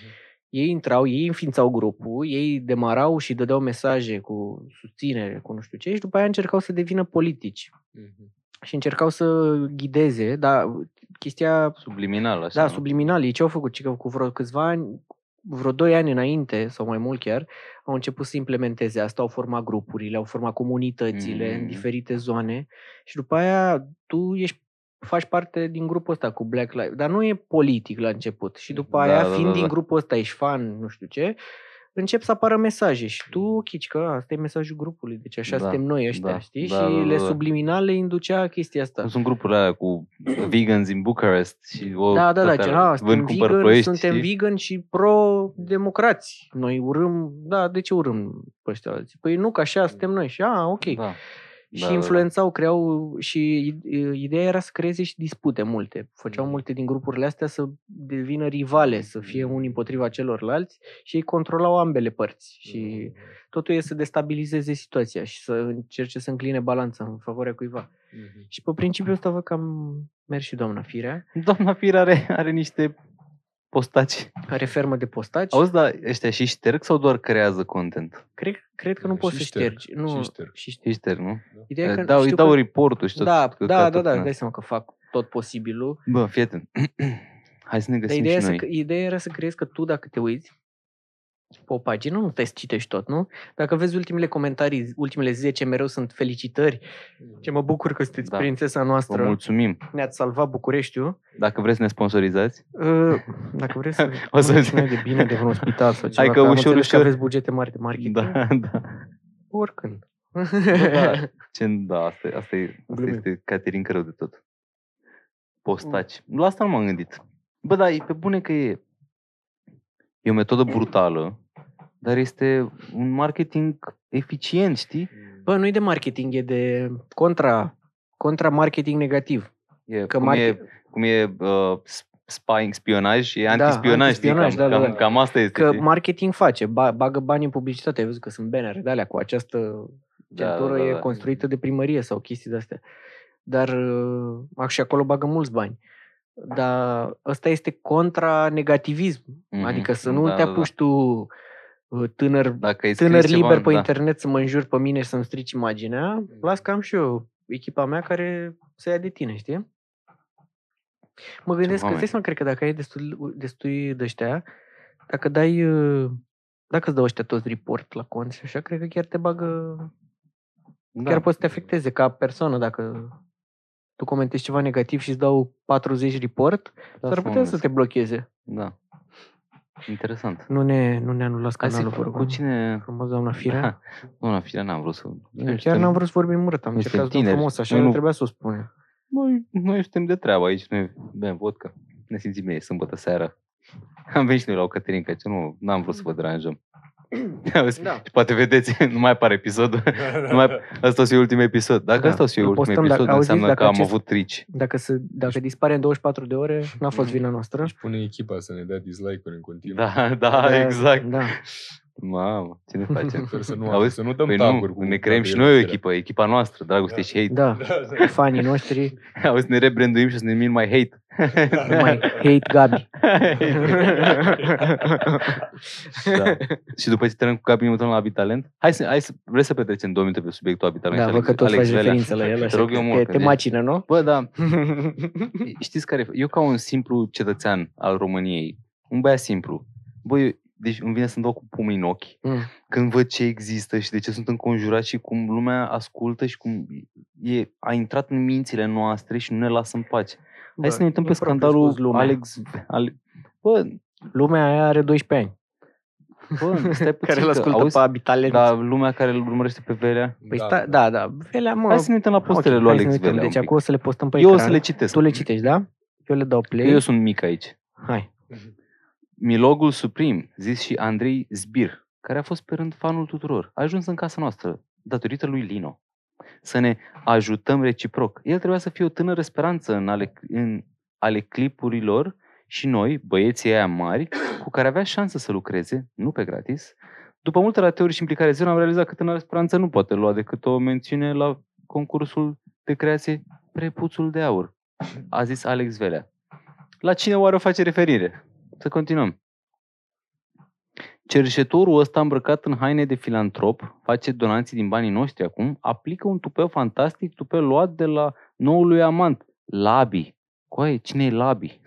A: ei intrau, ei înființau grupul, ei demarau și dădeau mesaje cu susținere, cu nu știu ce, și după aia încercau să devină politici.
C: Mhm.
A: Și încercau să ghideze, dar chestia,
B: Subliminal, așa.
A: da,
B: nu?
A: subliminal, ei ce au făcut? Ci că cu vreo câțiva ani, vreo doi ani înainte, sau mai mult chiar, au început să implementeze asta, au format grupurile, au format comunitățile
B: Mm.
A: în diferite zone și după aia tu ești faci parte din grupul ăsta cu Black Lives, dar nu e politic la început și după
B: Da,
A: aia,
B: da, da,
A: fiind din
B: da.
A: grupul ăsta, ești fan, nu știu ce, încep să apară mesaje și tu chici că "A, asta e mesajul grupului, deci așa
B: Da,
A: suntem noi ăștia,
B: da,
A: știi?
B: da,
A: și
B: da, da,
A: le
B: da.
A: subliminal le inducea chestia asta.
B: Cum sunt grupurile alea cu vegans din Bucharest și o
A: Da, da, da,
B: toate
A: ce,
B: alea,
A: a, suntem
B: cumpăr
A: vegan,
B: ploiești,
A: suntem
B: știi?
A: vegan și pro-democrați. Noi urâm, da, de ce urâm pe ăștia alții? Păi nu, că așa suntem noi. Și, a, ok.
B: Da.
A: și
B: da, da.
A: influențau, creau și i- ideea era să creeze și dispute multe. Făceau
B: Mhm.
A: multe din grupurile astea să devină rivale, să fie unii împotriva celorlalți și ei controlau ambele părți.
B: Mhm.
A: Și
C: mhm,
A: totul e să destabilizeze situația și să încerce să încline balanța în favoarea cuiva.
C: Mhm.
A: Și pe principiul ăsta văd că am mers și doamna Firea.
B: Doamna Fir are, are niște postaci.
A: Are fermă de postaci.
B: Auzi, dar ăștia și șterg sau doar creează content?
A: Cred, cred că nu
C: Ă, Și
A: poți să
C: șterg,
A: ștergi. Nu,
C: și șterg.
A: și ștergi.
B: Și șterg, nu?
A: Ideea e că
B: Ă, dau, îi
A: știu
B: dau
A: că-
B: report-ul și tot.
A: Da,
B: că-
A: da,
B: că
A: da,
B: tot
A: da,
B: din
A: dai
B: asta.
A: seama că fac tot posibilul.
B: Bă, fii atent. Hai să ne
A: Dar
B: găsim
A: ideea,
B: și
A: e să,
B: noi.
A: că- ideea era să crezi că tu, dacă te uiți pe o pagină, nu te citești tot, nu? Dacă vezi ultimele comentarii, ultimele 10 mereu sunt felicitări.
C: mhm.
A: Ce mă bucur că sunteți
B: Da.
A: da. prințesa
B: Vă
A: noastră,
B: mulțumim.
A: ne-ați salvat Bucureștiul.
B: Dacă vreți să ne sponsorizați.
A: Uh, Dacă vreți să
B: O să
A: mergeți
B: zic.
A: noi de bine de vreun spital sau
B: Hai
A: ceva,
B: că
A: am
B: ușor,
A: înțeles că
B: ușor.
A: aveți bugete mari de marketing,
B: Da,
A: da.
B: da.
A: oricând.
B: da. Ce, da, asta, e- asta, e, asta
A: Glumim.
B: este Caterin rău de tot. Postaci.
A: Mm.
B: La asta nu m-am gândit. Bă, da, e pe bune că e. E o
A: Mm.
B: metodă brutală, dar este un marketing eficient, știi?
A: Bă, nu e de marketing, e de contra, contra marketing negativ.
B: E,
A: Că
B: cum,
A: market-
B: e, cum e uh, s- spying, spionaj, e
A: Da,
B: antispionaj, știi? Cam,
A: antispionaj, da,
B: cam,
A: da,
C: da.
B: cam asta este.
A: Că
B: știi?
A: marketing face, ba, bagă bani în publicitate. Ai văzut că sunt bannere de alea cu această
B: Da,
A: centură, e construită de primărie sau chestii de-astea. Dar uh, și acolo bagă mulți bani. Dar ăsta este contra negativism.
B: Mhm,
A: Adică să nu te apuci tu uh, tânăr
B: Dacă ai
A: tânăr
B: scris ceva,
A: liber pe
B: da.
A: internet să mă înjuri pe mine și să-mi strici imaginea, las că am și eu echipa mea care să ia de tine, știi? Mă gândesc că,
B: oameni.
A: stai să cred că dacă ai destul, destui de ăștia, dacă dai, uh, dacă îți dau ăștia toți report la cont și așa, cred că chiar te bagă,
B: Da.
A: chiar poți să te afecteze ca persoană dacă tu comentezi ceva negativ și îți dau 40 report,
B: Da,
A: s-ar
B: să mă
A: putea să
B: gândesc.
A: te blocheze.
B: Da. Interesant.
A: Nu ne, nu ne anulați
B: Hai să
A: canalul, vă rog.
B: cu cine...
A: Frumos, doamna Firea.
B: Da. Nu, la firea n-am vrut să...
A: Eu chiar n-am vrut să vorbim urât, am
B: noi
A: încercat să
B: suntem
A: dăm
B: tineri.
A: frumos, așa
B: Noi
A: nu
B: nu-
A: trebuia să o spune.
B: Noi, noi suntem de treabă aici, noi bem vodka. Ne simțim bine, e sâmbătă seara. Am venit și noi la o Caterinca, ce nu, n-am vrut să vă deranjăm. Auzi,
A: Da.
B: Și poate vedeți, nu mai apare episodul.
C: Da.
B: Nu mai- Asta o să fie ultimul episod. Dacă
A: Da.
B: asta o să fie
A: Îl
B: ultimul
A: postăm dacă-
B: episod,
A: auziți,
B: înseamnă
A: dacă
B: că am
A: acest-
B: avut trici.
A: Dacă, se, dacă dispare în 24 de ore, n-a fost
B: Mm.
A: vina noastră.
C: Își pune echipa să ne dea dislike-uri în continuu.
B: Da, da, exact.
A: Da.
B: Mamă, ce ne facem?
C: Sper să nu,
B: Auzi?
C: să nu dăm
B: Păi
C: taguri
B: nu,
C: cu
B: ne creăm și
C: Gabriel
B: noi o
C: Firea.
B: echipă, echipa noastră, dragoste
C: Da.
B: și hate.
A: Da.
C: Da, da.
A: Fanii noștri
B: Auzi, ne rebranduim și o să ne numim mai hate.
A: nu
C: da,
A: mai hate Gabi.
B: da. Și după ce terminăm cu Gabi, ne mutăm la Abitalent. Hai să, hai să, vrei să petrecem două minute pe subiectul Abitalent?
A: Da,
B: și
A: văd că tot faci
B: Velea?
A: referință la el,
B: Te
A: așa
B: rog
A: că
B: eu mult,
A: te,
B: că
A: te
B: de-
A: macină, nu?
B: Bă, da, știți care e? Eu ca un simplu cetățean al României, un băiat simplu, bă, eu, deci îmi vine să-mi dau cu pumnii în ochi
A: Mm.
B: când văd ce există și de ce sunt înconjurat și cum lumea ascultă și cum e, a intrat în mințile noastre și nu ne lasă în pace. Hai să ne uităm pe
A: Da, e propriu spus
B: scandalul
A: lumea.
B: Alex... Ale, bă,
A: Lumea aia are 12 ani,
B: bă, stai puțin
A: care îl
B: că,
A: ascultă
B: auzi?
A: pe Abitalent.
B: Da, lumea care îl urmărește pe Velea.
A: Păi sta, da, da, Velea, mă.
B: Hai să ne uităm la postele
A: ok,
B: lui
A: hai să ne
B: Alex
A: uităm.
B: Velea.
A: Deci
B: un pic.
A: acum o să le postăm pe
B: Eu o
A: ecran.
B: să le citesc.
A: Tu le citești, da? Eu le dau play.
B: Eu sunt mic aici.
A: Hai.
B: Milogul Suprem, zis și Andrei Zbir, care a fost pe rând fanul tuturor, a ajuns în casa noastră, datorită lui Lino. Să ne ajutăm reciproc. El trebuia să fie o tânără speranță în ale, în ale clipurilor și noi, băieții aia mari, cu care avea șansă să lucreze, nu pe gratis. După multe rateuri și implicare zero, am realizat că tânăra speranță nu poate lua decât o mențiune la concursul de creație Prepuțul de Aur, a zis Alex Velea. La cine oare o face referire? Să continuăm. Cerșetorul ăsta îmbrăcat în haine de filantrop, face donații din banii noștri acum, aplică un tupeu fantastic, tupeu luat de la noului amant, Labi. Coaie, cine e Labi?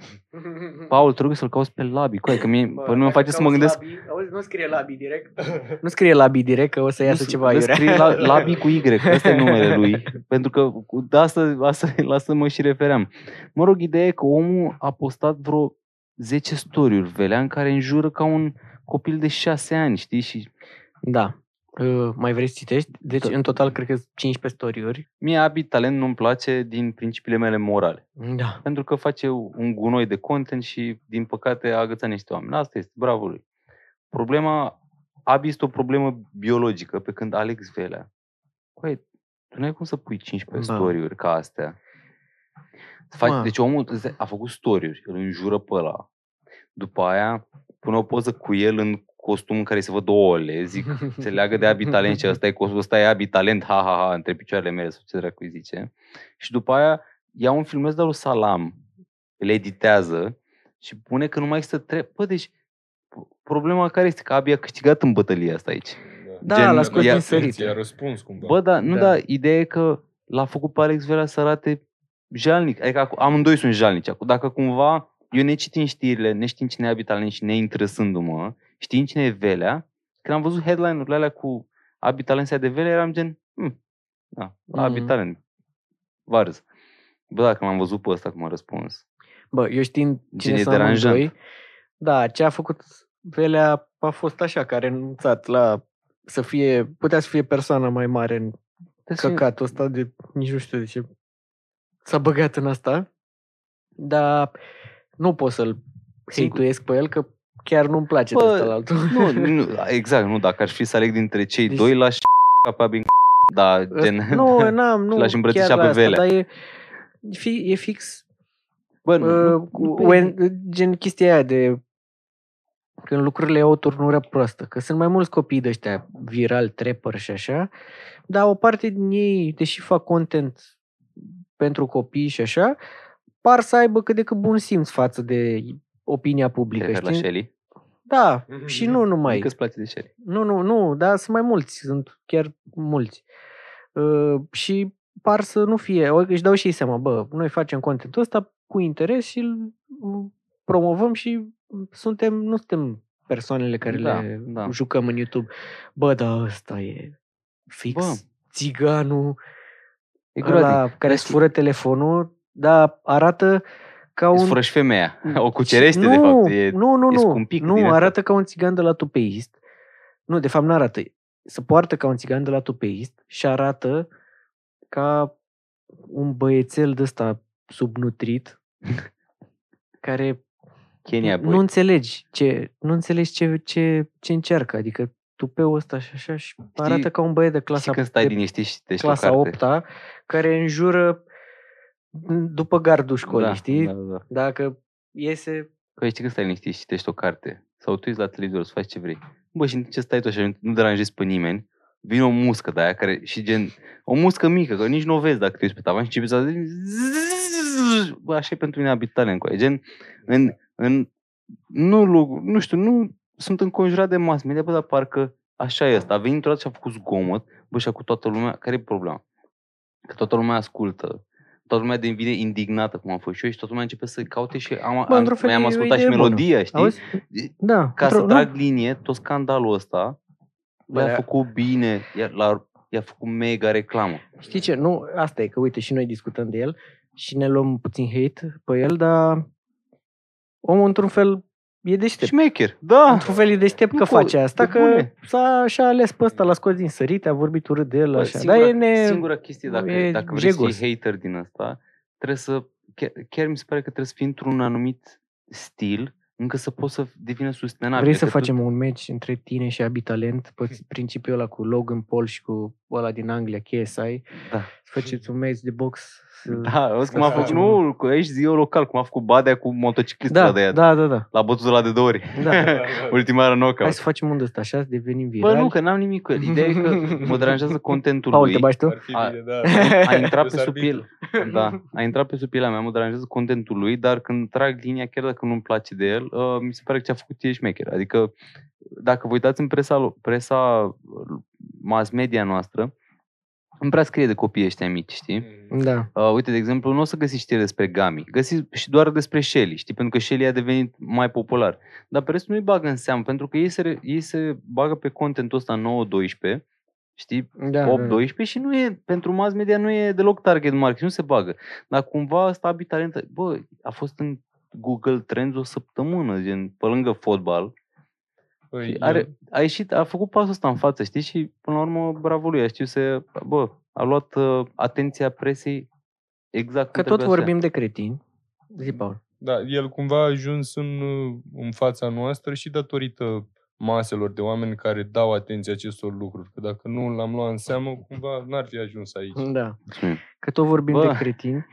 B: Paul, trebuie să-l cauți pe Labi. Coaie, că mie, păi nu mă face să mă gândesc...
A: Auzi, nu scrie labi direct.
C: Da.
A: Nu scrie labi direct, că o să iasă
B: Nu,
A: ceva
B: nu
A: iurea.
B: scrie la, Labi cu Y, că ăsta e numele lui. Pentru că cu- de asta, asta, la asta mă și refeream. Mă rog, ideea e că omul a postat vreo 10 story-uri velea în care înjură ca un copil de 6 ani, știi? Și
A: Da. Uh, mai vrei să citești? Deci,
B: Da.
A: în total, cred că 15 story-uri.
B: Mie Abi Talent nu-mi place din principiile mele morale,
A: Da.
B: pentru că face un gunoi de content și, din păcate, a agățat niște oameni. Asta este, bravo lui. Problema, Abi este o problemă biologică, pe când Alex Velea, Păi, tu n-ai cum să pui 15
A: Da.
B: story-uri ca astea. Faci,
A: Mă.
B: deci omul îți- a făcut story-uri, îl înjură pe ăla. După aia pune o poză cu el în costum în care se văd ouăle, zic, se leagă de abitalent și ăsta e costul, ăsta e abitalent, ha, ha, ha, între picioarele mele, sau ce dracu îi zice. Și după aia ia un filmuleț de la lui Salam, îl editează și pune că nu mai există tre... Bă, deci problema care este? Că Abi a câștigat în bătălia asta aici.
A: Da,
B: Gen,
A: l-a scos
B: ia-
A: din sărit.
C: I-a răspuns cumva.
B: Bă, da, nu,
A: Da.
B: da, ideea e că l-a făcut pe Alex Vera să arate jalnic. Adică acu- amândoi sunt jalnici. Acu- Dacă cumva eu ne citim știrile, ne știm cine e Abitalent și ne interesându-mă, știm cine e Velea, când am văzut headline-urile alea cu Abitalent de Velea, eram gen, hm, da, la
A: Mhm.
B: Abitalent, varz. Bă, dacă l-am văzut pe ăsta cum a răspuns.
A: Bă, eu știind cine
B: e
A: sunt
B: deranjant.
A: amândoi, da, ce a făcut Velea a fost așa, că a renunțat la să fie, putea să fie persoana mai mare în
B: Trebuie să fie-
A: căcatul ăsta de, nici nu știu de ce, s-a băgat în asta, dar nu pot să-l
B: Singur.
A: hituiesc pe el, că chiar nu-mi place
B: Bă,
A: de ăsta la altul.
B: Nu, nu, exact, nu, dacă ar fi să aleg dintre cei
A: Deci-
B: doi, l-aș ca pe Abin da, gen...
A: nu, n-am, nu,
B: l-aș îmbrățișa
A: chiar
B: pe
A: la asta,
B: Velea.
A: dar e, fi, e fix
B: Bă, nu, nu,
A: uh, cu- when, gen chestia aia de când lucrurile au o turnură proastă, că sunt mai mulți copii de ăștia viral, trepper și așa, dar o parte din ei, deși fac content pentru copii și așa, par să aibă cât de cât bun simț față de opinia publică.
B: Te la
A: știi?
B: Shelly?
A: Da, și nu numai.
B: Adică îți place de Shelly.
A: Nu, nu, nu, dar sunt mai mulți, sunt chiar mulți. Uh, și par să nu fie, o- își dau și ei seama, bă, noi facem contentul ăsta cu interes și îl uh, promovăm și suntem, nu suntem persoanele care
B: Da,
A: le
B: da.
A: jucăm în YouTube. Bă, dar ăsta e fix
B: Bă.
A: țiganul
B: E groaznic.
A: ăla care
B: Vezi
A: îți
B: că-
A: fură telefonul, dar arată ca un... Mm.
B: Sfărăși femeia. O cucerește,
A: nu,
B: de fapt. E...
A: nu, nu,
B: e
A: nu.
B: scumpic din
A: nu
B: asta.
A: arată ca un țigan de la tupeist. Nu, de fapt nu arată. Se poartă ca un țigan de la tupeist și arată ca un băiețel de ăsta subnutrit care
B: Kenya Boy.
A: nu înțelegi ce, nu înțelegi ce, ce, ce încearcă. Adică tupeul ăsta și așa și arată ca un băiat de
B: Știi
A: clasa
B: când stai
A: de
B: liniștit și te
A: clasa 8
B: 8
A: care înjură după gardul școlii,
B: da,
A: știi?
B: Da, da.
A: Dacă iese...
B: Că știi că stai liniștit și tești o carte sau tu ești la televizor să faci ce vrei. Bă, și în timp ce stai tu așa, nu deranjezi pe nimeni, vine o muscă de aia care și gen, o muscă mică, că nici nu o vezi dacă te uiți pe tavan și începi să zici, bă, așa e pentru inabitale încoace. Gen, în, în, nu, lu- nu știu, nu sunt înconjurat de mass media, bă, dar parcă așa e asta. A venit într-o dată și a făcut zgomot, bă, și cu toată lumea, care e problema? Că toată lumea ascultă, toată lumea devine indignată, cum am fost și eu, și toată lumea începe să caute și am,
A: Bă,
B: am,
A: într-un fel
B: mi-am
A: e o
B: ascultat și
A: idee bună.
B: melodia, știi?
A: Auzi? Da.
B: Ca să
A: într-o-
B: trag linie, tot scandalul ăsta,
A: Bă,
B: bă, i-a
A: dar-
B: făcut bine, i-a, l-a, i-a făcut mega reclamă.
A: Știi ce? Nu, asta e că, uite, și noi discutăm de el și ne luăm puțin hate pe el, dar omul, într-un fel, e deștept.
B: Șmecher, da!
A: Într-un fel e deștept
B: Nu
A: că
B: pot,
A: face asta,
B: pe
A: că
B: bune.
A: s-a și-a ales pe ăsta, l-a scos din sărite, a vorbit urât de el,
B: Bă,
A: așa.
B: Singura,
A: Dar e ne...
B: singura chestie, dacă,
A: e
B: dacă vrei să
A: jegos.
B: fii hater din asta, trebuie să, chiar, chiar mi se pare că trebuie să fii într-un anumit stil, încă să poți să devină sustenabil.
A: Vrei să
B: Că tu-
A: facem un match între tine și Abitalent pe
B: Hm.
A: principiul ăla cu Logan Paul și cu ăla din Anglia, KSI?
B: Da.
A: Faceți un match de box? să-
B: Da, auzi cum a
A: să
B: făcut,
A: facem
B: nu, cu aici zi eu local, cum a făcut Badea cu motociclistul
A: Da,
B: ăla de ea.
A: da, da, da.
B: L-a bătut la de două ori.
A: da.
B: Ultima oară knockout.
A: Hai să facem unde ăsta, așa, să devenim
B: Bă,
A: virali.
B: nu, că n-am nimic cu el. Ideea e că mă deranjează contentul
A: Paul,
B: lui.
A: te bași tu?
C: Ar fi
B: A-
C: bine, da.
B: A intrat pe
C: Eu sunt
B: sub
C: arbitru.
B: el. Da, a intrat pe sub el, mea, mă deranjează contentul lui, dar când trag linia, chiar dacă nu-mi place de el, uh, mi se pare că ce a făcut e șmecher. Adică, dacă vă uitați în presa, lo- presa uh, mass media noastră, îmi prea scrie de copiii ăștia mici, știi?
A: Da.
B: Uh, uite, de exemplu, nu o să găsiți știri despre Gami. Găsiți și doar despre Shelly, știi? Pentru că Shelly a devenit mai popular. Dar pe restul nu-i bagă în seamă, pentru că ei se, re- ei se bagă pe contentul ăsta 9-12, știi?
A: da
B: 8-12 și nu e, pentru mass media nu e deloc target market, nu se bagă. Dar cumva asta abi talentă. Bă, a fost în Google Trends o săptămână, gen, pe lângă fotbal.
C: Păi,
B: Și Are,
A: da.
B: a ieșit, a făcut pasul ăsta în față, știi? Și până la urmă, bravo lui, a știut să, bă, a luat uh, atenția presei exact
A: Că
B: cum
A: tot
B: trebuia să
A: vorbim de cretini. Zi, Paul.
C: Da, el cumva a ajuns în, uh, în fața noastră și datorită maselor de oameni care dau atenție acestor lucruri. Că dacă nu l-am luat în seamă, cumva n-ar fi ajuns aici.
A: Da.
B: ia.
A: Că tot vorbim
B: Bă.
A: de cretini.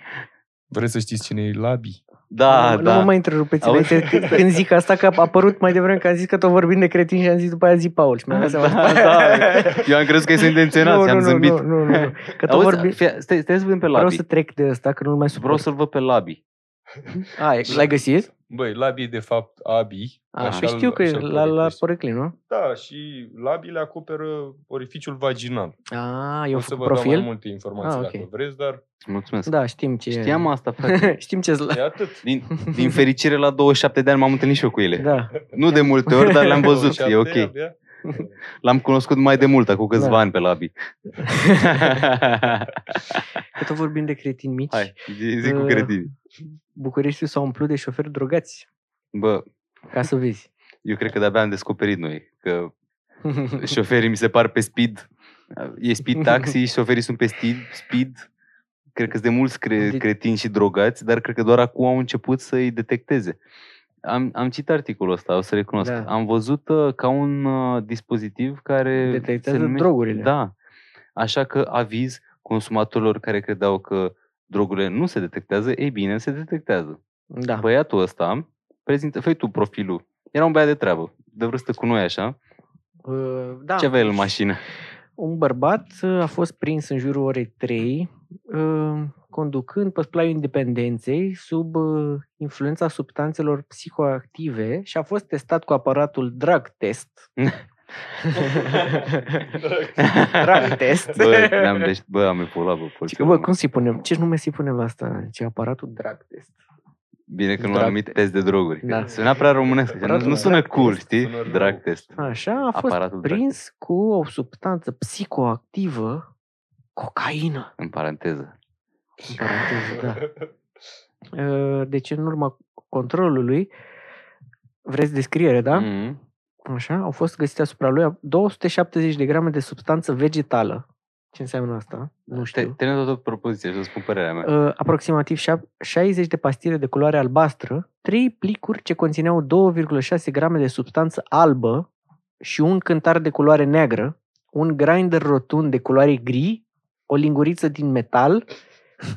C: Vreți să știți cine e Labi?
B: Da,
A: nu,
B: da.
A: nu mă mai întrerupeți
B: Auzi?
A: înainte când- când zic asta, că a apărut mai devreme că am zis că tot vorbim de cretini și am zis după aia zi Paul. Și mi-am dat seama
B: da, da. Eu am crezut că este intenționat
A: nu,
B: și am
A: nu,
B: zâmbit.
A: Nu, nu, nu, nu. Că tot
B: Auzi,
A: vorbim...
B: fii- stai, stai să vedem pe
A: Vreau
B: Labi.
A: să trec de ăsta, că nu-l mai
B: Vreau
A: suport.
B: să-l văd pe Labi.
A: A, e- l-ai găsit?
C: Băi, Labi e de fapt Abi.
A: A,
B: Da.
C: așa
A: păi
C: îl-
A: știu că
C: așa îl
A: la, la
C: poreclesc.
A: poreclin, nu?
C: Da, și labile acoperă orificiul vaginal.
A: A,
C: Eu
A: eu
C: o să
A: fac
C: vă dau mai
A: profil?
C: multe informații
A: Ah,
C: ah,
A: ok.
C: okay. dacă vreți, dar
B: Mulțumesc.
A: Da, știm ce e.
B: Știam asta, frate.
A: Știm ce
C: e atât.
B: Din, din fericire, la 27 de ani m-am întâlnit și eu cu ele.
A: Da.
B: Nu de multe ori, dar le-am văzut.
C: Șapte,
B: E ok.
C: abia.
B: L-am cunoscut mai de mult, acum câțiva
A: Da.
B: ani pe Labi.
A: Că tot vorbim de cretini mici.
B: Hai, zi, zi cu
A: Uh,
B: credit.
A: Bucureștiul s-a umplut de șoferi drogați.
B: Bă,
A: Ca să vezi.
B: eu cred că de-abia am descoperit noi că șoferii mi se par pe speed. E speed taxi și șoferii sunt pe speed. speed. Cred că sunt de mulți cre-
A: De-
B: cretini și drogați, dar cred că doar acum au început să-i detecteze. Am, am citit articolul ăsta, o să recunosc.
A: Da.
B: Am văzut uh, ca un uh, dispozitiv care... se
A: Detectează
B: numește-
A: drogurile.
B: Da. Așa că aviz consumatorilor care credeau că drogurile nu se detectează, ei bine, se detectează
A: da.
B: băiatul ăsta, prezintă, fă tu profilul. Era un băiat de treabă, de vârstă cu noi așa.
A: Uh, da.
B: Da, Ce avea el în
A: deci
B: mașină?
A: Un bărbat uh, a fost prins în jurul orei 3, uh, conducând pe splaiul independenței sub uh, influența substanțelor psihoactive și a fost testat cu aparatul drug test. drug test.
B: Bă, ne-am deș- bă, am evoluat, bă,
A: Și
B: folțul
A: că, bă,
B: meu.
A: cum să-i punem? Ce nume să-i punem la asta? Ce aparatul drug test?
B: Bine că nu
A: Drag
B: l-am numit test de droguri.
A: Da.
B: Da. Suna prea românesc, nu,
A: Aparatul
B: nu sună
A: drag
B: cool,
A: test,
B: știi?
C: sună rău.
B: Drag test.
A: Așa, a fost
B: Aparatul drag
A: prins cu o substanță psicoactivă, cocaină.
B: În paranteză.
A: În paranteză, da. uh, deci în urma controlului, vreți descriere, da?
B: Mhm.
A: Așa, au fost găsite asupra lui 270 de grame de substanță vegetală. Ce înseamnă asta? Nu
B: Te,
A: știu.
B: termină tot propoziția și o să spun părerea mea.
A: Uh, aproximativ șap- 60 de pastile de culoare albastră, 3 plicuri ce conțineau 2,6 grame de substanță albă și un cântar de culoare neagră, un grinder rotund de culoare gri, o linguriță din metal,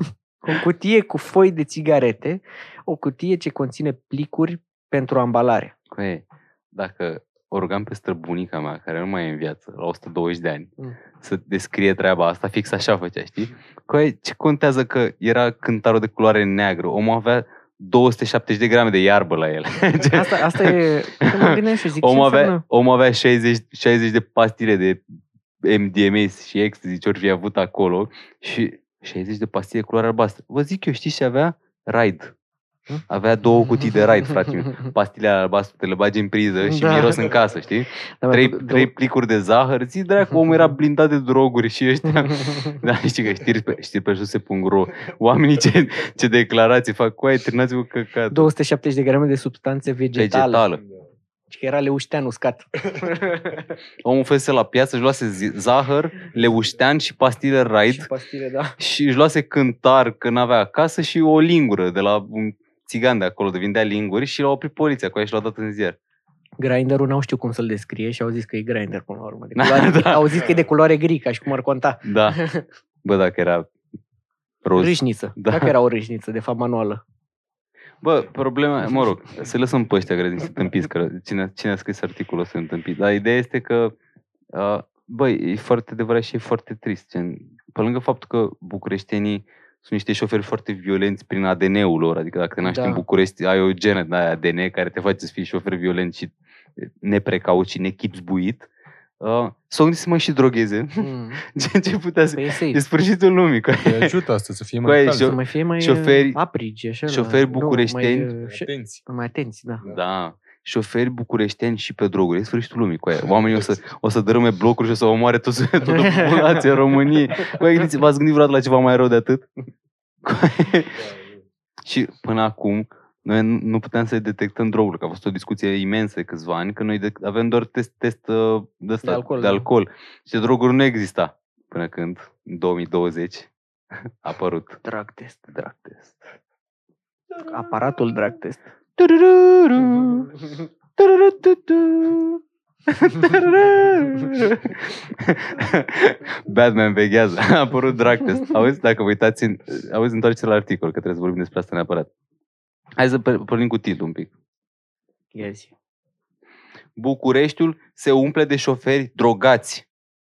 A: o cutie cu foi de țigarete, o cutie ce conține plicuri pentru ambalare.
B: Coe, dacă o rugam pe străbunica mea, care nu mai e în viață, la 120 de ani,
A: Mm.
B: să descrie treaba asta, fix așa făcea, știi? Coe, ce contează că era cântarul de culoare neagră? Omul avea 270 de grame de iarbă la el. Ce-
A: Asta, asta e... uite, Mă gândeam și zic, ce
B: omul,
A: Deci înseamnă?
B: avea, omul avea 60, 60 de pastile de MDMS și ecstasy ce ori fi avut acolo și 60 de pastile de culoare albastră. Vă zic eu, știți ce avea? Raid. Avea două cutii de raid, frate meu. Pastile albastre, te le bagi în priză și
A: Da.
B: miros în casă, știi?
A: Dar mi-a
B: Trei,
A: plăcut
B: trei plicuri de zahăr. Zi, dracu, omul era blindat de droguri și ăștia... Da, știi că știri pe, știri pe sus se pun ro. Oamenii ce, ce declarații fac cu aia, terminați-vă căcat.
A: 270 de grame de substanțe vegetale. Vegetal.
B: Vegetală.
A: Că era leuștean uscat.
B: Omul fusese la piață, își luase zi- zahăr, leuștean și pastile raid
A: Și pastile, da.
B: și își luase cântar că n-avea acasă și o lingură de la un țigan de acolo, de vindea linguri și l-a oprit poliția cu aia și l-a dat în ziar.
A: Grinderul n-au știut cum să-l descrie și au zis că e grinder până la urmă. De
B: Da,
A: culoare,
B: da.
A: Au zis că e de culoare gri, ca și cum ar conta.
B: Da. Bă, dacă era roz.
A: Râșniță.
B: Da.
A: Da. Dacă era o râșniță, de fapt manuală.
B: Bă, problema, mă rog, să lăsăm pe ăștia care sunt tâmpiți, că cine, cine a scris articolul sunt tâmpiți, dar ideea este că, uh, bă, e foarte adevărat și e foarte trist. Gen, pe lângă faptul că bucureștenii sunt niște șoferi foarte violenți prin ADN-ul lor, adică dacă te naști da.
A: Da.
B: în București, ai o genă de aia ADN care te face să fii șofer violent și neprecaut și nechipzbuit. Uh, s-au gândit să mă și drogheze.
A: Mm.
B: Ce, ce putea să...
A: Păi e
B: E
A: safe.
B: sfârșitul lumii. cu-
C: Te ajută asta să fie
B: Băi,
C: mai
B: și eu-
A: Să
C: calm.
A: mai fie mai
B: șoferi-
A: șoferi, aprigi, așa. la-
B: șoferi
A: nu, mai,
B: bucureșteni.
A: uh, șe-
C: Atenți.
A: Mai atenți, da.
B: Da, șoferi bucureșteni și pe droguri. E sfârșitul lumii cu aia. Oamenii o să, o să dărâme blocuri și o să omoare toți, toată populația României. Băi, gândiți, v-ați gândit vreodată la ceva mai rău de atât? Cu aia. și până acum, noi nu- nu puteam să detectăm droguri, că a fost o discuție imensă de câțiva ani, că noi de- avem doar test, test uh, de, ăsta,
A: De alcool,
B: de
A: da.
B: alcool. Și droguri nu exista până când, în 2020, a apărut
A: Drag test.
B: drug test.
A: Aparatul drag test.
B: Turururu. Tururututu. Turururu. Batman veghează. A apărut drag test. Auzi, dacă vă uitați, în, auzi, întoarceți la articol, că trebuie să vorbim despre asta neapărat. Hai să pe- pornim cu titlul un pic.
A: Yes.
B: Bucureștiul se umple de șoferi drogați.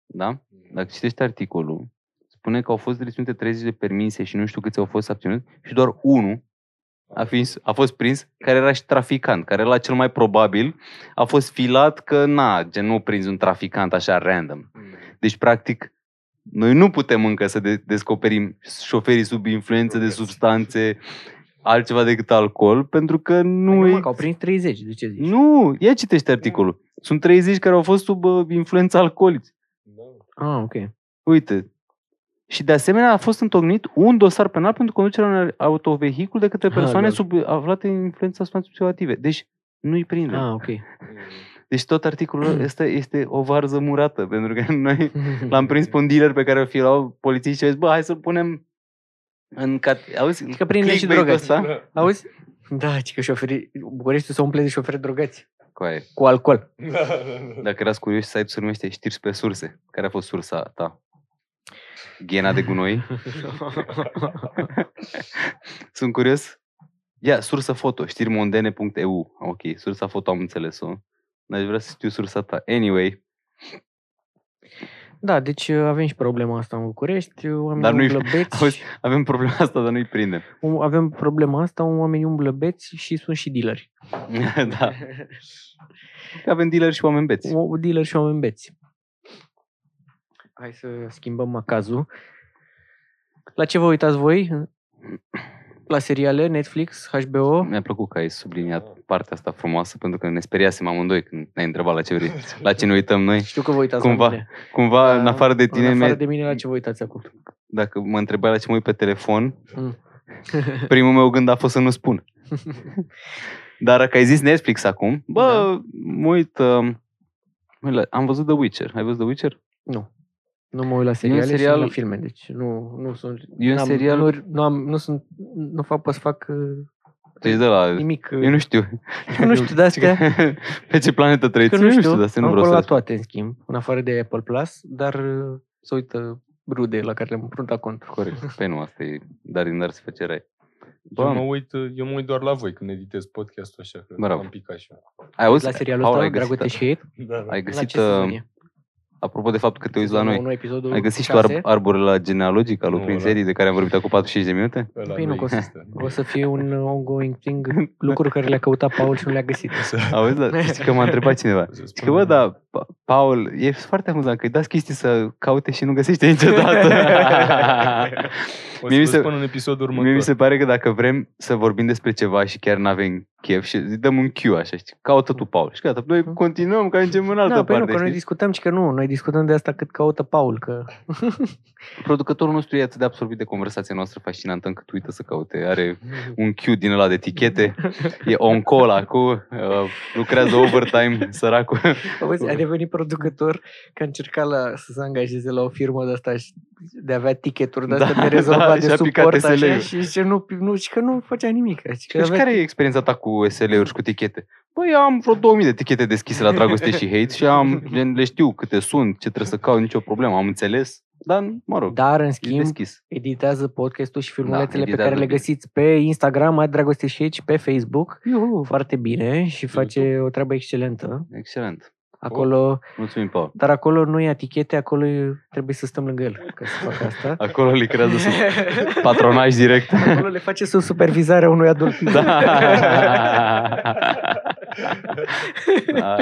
B: Da? Dacă citești articolul, spune că au fost reținute 30 de permise și nu știu câți au fost abținuți și doar unul a, fi, a fost prins, care era și traficant, care la cel mai probabil a fost filat că na, gen nu prinzi un traficant așa random. Deci, practic, noi nu putem încă să de- descoperim șoferii sub influență de
C: Drogați.
B: substanțe altceva decât alcool, pentru că nu,
A: Nu,
B: e
A: Păi, Adică mă, că au prins 30, de ce zici?
B: nu, ia citește articolul. Sunt 30 care au fost sub uh, influența alcoolică.
A: Ah, ok.
B: Uite. Și de asemenea a fost întocmit un dosar penal pentru conducerea unui autovehicul de către
A: Ah,
B: persoane
A: lol.
B: sub, uh, aflate în influența substanței psihoactive. Deci nu-i prinde.
A: Ah, ok.
B: Deci tot articolul ăsta este o varză murată, pentru că noi l-am prins pe un dealer pe care îl filau polițiști și au zis, bă, hai să-l punem în cat... Auzi,
A: Zici că prinde și
B: clickbait-ul
A: drogați.
B: ăsta?
A: Auzi? Da, ci că șoferii, Bucureștiul se umple de șoferi drogați.
B: Coaie.
A: Cu alcool.
C: Da.
B: Dacă erați curioși, site-ul se numește Știri pe surse. Care a fost sursa ta? Ghena de gunoi? Sunt curios. Ia, sursa foto, știrimondene.eu. Ok, sursa foto am înțeles-o. Dar aș vrea să știu sursa ta. Anyway,
A: Da, deci uh, avem și problema asta în București. uh, Oamenii
B: Dar
A: Dar
B: nu-i-
A: umblă beți.
B: Auzi? avem problema asta, dar nu-i prindem.
A: um, Avem problema asta, oamenii umblă beți și sunt și dealeri.
B: da. Că avem dealer și oameni beți.
A: O- Dealeri și oameni beți. Hai să schimbăm macazul. La ce vă uitați voi? La seriale, Netflix, HBO?
B: Mi-a plăcut că ai subliniat partea asta frumoasă, pentru că ne speriasem amândoi când ne-ai întrebat la ce, vrei, la ce ne uităm noi.
A: Știu că vă uitați
B: Cumva,
A: la mine.
B: Cumva,
A: Da,
B: în afară de tine,
A: în afară
B: mi-ai-
A: de mine, la ce vă uitați acum?
B: dacă mă întrebai la ce mă uit pe telefon,
A: Mm.
B: Primul meu gând a fost să nu spun. Dar dacă ai zis Netflix acum,
A: Da.
B: bă, mă uit, um, mă uit la- am văzut The Witcher. Ai văzut The Witcher?
A: Nu. Nu mă uit la seriale și
B: serial-
A: nu la filme, deci nu, nu sunt...
B: E un
A: n-am-
B: serial-
A: Nu, nu, am, nu sunt... Nu fac, pot să fac uh,
B: Deci de la...
A: nimic. uh,
B: Eu nu știu.
A: nu știu de
B: Ce-
A: astea.
B: Pe ce planetă trăiți?
A: Că nu știu,
B: de astea nu
A: am
B: vreau
A: la
B: să...
A: toate, în schimb, în afară de Apple Plus, dar uh, se uită rude la care le-am împruntat contul.
B: Corect. Păi nu, asta e... Dar din dar se face rai.
C: Eu
B: Bă,
C: mă, uit, eu mă uit doar la voi când editez podcastul așa, că
B: Bravo.
C: am picat și eu.
B: ai auzit?
A: La serialul
B: Paul,
A: ăsta,
B: ai găsit-
A: Dragote și Hate,
C: Da, da.
B: Ai
A: la
B: găsit,
A: ce sezon
B: uh,
A: e?
B: apropo de faptul că te uiți la
A: Sezonul
B: noi,
A: unu, episodul
B: ai găsit și tu
A: 6?
B: ar- arborele la genealogic al lui
C: Nu,
B: prin
C: ăla.
B: serii de care am vorbit acum 45 de minute?
C: Ăla
A: Păi nu, că o să-
C: există.
A: O să fie un uh, ongoing thing, lucruri care le-a căutat Paul și nu le-a găsit.
C: O să-
B: Auzi, da, știi că m-a întrebat cineva.
C: o să
B: Și că, bă,
C: spun-
B: da, Pa- Paul, e foarte amuzant că îi dați chestii să caute și nu găsește niciodată.
C: O
B: Mie mi
C: să
B: se-
C: se... spun în episodul următor.
B: Mie mi se pare că dacă vrem să vorbim despre ceva și chiar n-avem chef și îi dăm un cue așa, știi, caută tu, Paul. Și gata, noi continuăm, că ajungem în altă
A: Da, păi nu,
B: parte.
A: că noi
B: știi?
A: discutăm, ci că nu, noi discutăm de asta cât caută Paul, că
B: Producătorul nostru e atât de absorbit de conversația noastră fascinantă încât uită să caute. Are un cue din ăla de etichete, e on call acum, uh, lucrează overtime, săracul.
A: Auzi, a devenit producător că a încercat la, să se angajeze la o firmă de asta și de a avea ticketuri de
B: Da,
A: astea
B: da,
A: de rezolvat de
B: și-a picat
A: suport așa,
B: SL-ul.
A: și zice nu, nu, și că nu făcea nimic. Și că
B: Deci
A: avea
B: care e experiența ta cu SL-uri și cu tichete? Păi am vreo 2000 de tichete deschise la dragoste și hate și am, gen, le știu câte sunt, ce trebuie să caut, nicio problemă, am înțeles. Dar, mă rog,
A: Dar, în
B: e
A: Da, schimb,
B: deschis.
A: editează podcastul și filmulețele pe
B: Da, editează
A: care le
B: bine.
A: găsiți pe Instagram, ai dragoste și aici, pe Facebook.
B: Iuhu.
A: Foarte bine și face o treabă
B: Oh.
A: excelentă.
B: Excelent.
A: Acolo,
B: Mulțumim, Paul.
A: dar acolo nu e etichete, acolo e- trebuie să stăm lângă el ca să facă asta.
B: Acolo lucrează sub patronaj direct.
A: Acolo le face sub supervizarea unui adult.
B: Da. da.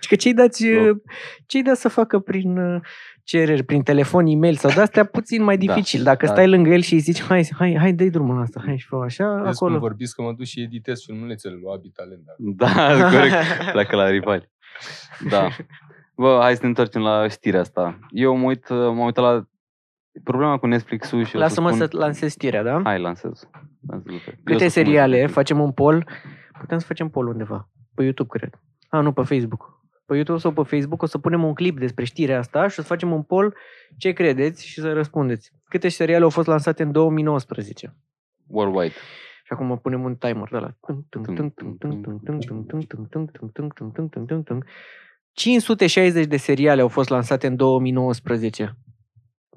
A: Și că cei dați, uh,
B: Bun.
A: cei dați să facă prin uh, cereri, prin telefon, e-mail sau de-astea, puțin mai
B: Da,
A: dificil. Dacă
B: da.
A: stai lângă el și îi zici, hai, hai, hai dă-i drumul la asta, hai și fă așa,
C: Vezi cum
A: acolo.
C: vorbiți că mă duc și editez filmulețele lui Abi Talent. dar
B: da, corect. Pleacă la rivali. Da. Bă, hai să ne întoarcem la știrea asta. Eu mă uit, m-am uitat la problema cu Netflix-ul și o
A: Lasă-mă
B: să,
A: să
B: spun...
A: lansez știrea, da?
B: Hai, lansez. lansez lucruri. Eu o să
A: Câte
B: spun exact.
A: seriale,
B: Netflix.
A: facem un poll. Putem să facem poll undeva. Pe YouTube, cred. A, nu, pe Facebook. Pe YouTube sau pe Facebook o să punem un clip despre știrea asta și o să facem un poll ce credeți și să răspundeți. Câte seriale au fost lansate în 2019?
B: Worldwide.
A: Și acum punem un timer de la 560 de seriale au fost lansate în 2019.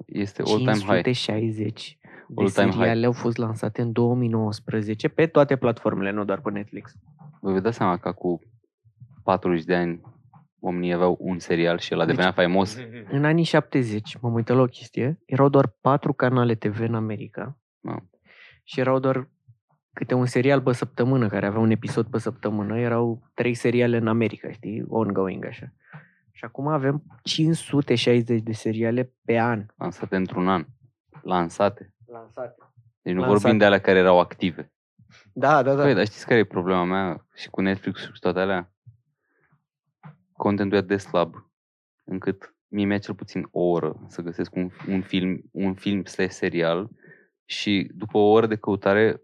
B: Este all time high.
A: 560 de
B: All time high.
A: seriale au fost lansate în 2019 pe toate platformele, nu doar pe Netflix.
B: Vă veți da seama că cu 40 de ani oamenii aveau un serial și el
A: Deci-
B: a devenit faimos?
A: În anii 70, m-am uitat la o chestie, erau doar patru canale TV în America
B: Mamă.
A: și erau doar câte un serial pe săptămână, care avea un episod pe săptămână, erau trei seriale în America, știi, ongoing așa. Și acum avem 560 de seriale pe an.
B: Lansate într-un an. Lansate.
A: Lansate.
B: Deci nu
A: Lansate.
B: vorbim de alea care erau active.
A: Da, da, da.
B: Păi, dar știți care e problema mea și cu Netflix și cu toate alea? Contentul e atât de slab, încât mie mi-a cel puțin o oră să găsesc un, un film, un film slash serial și după o oră de căutare m-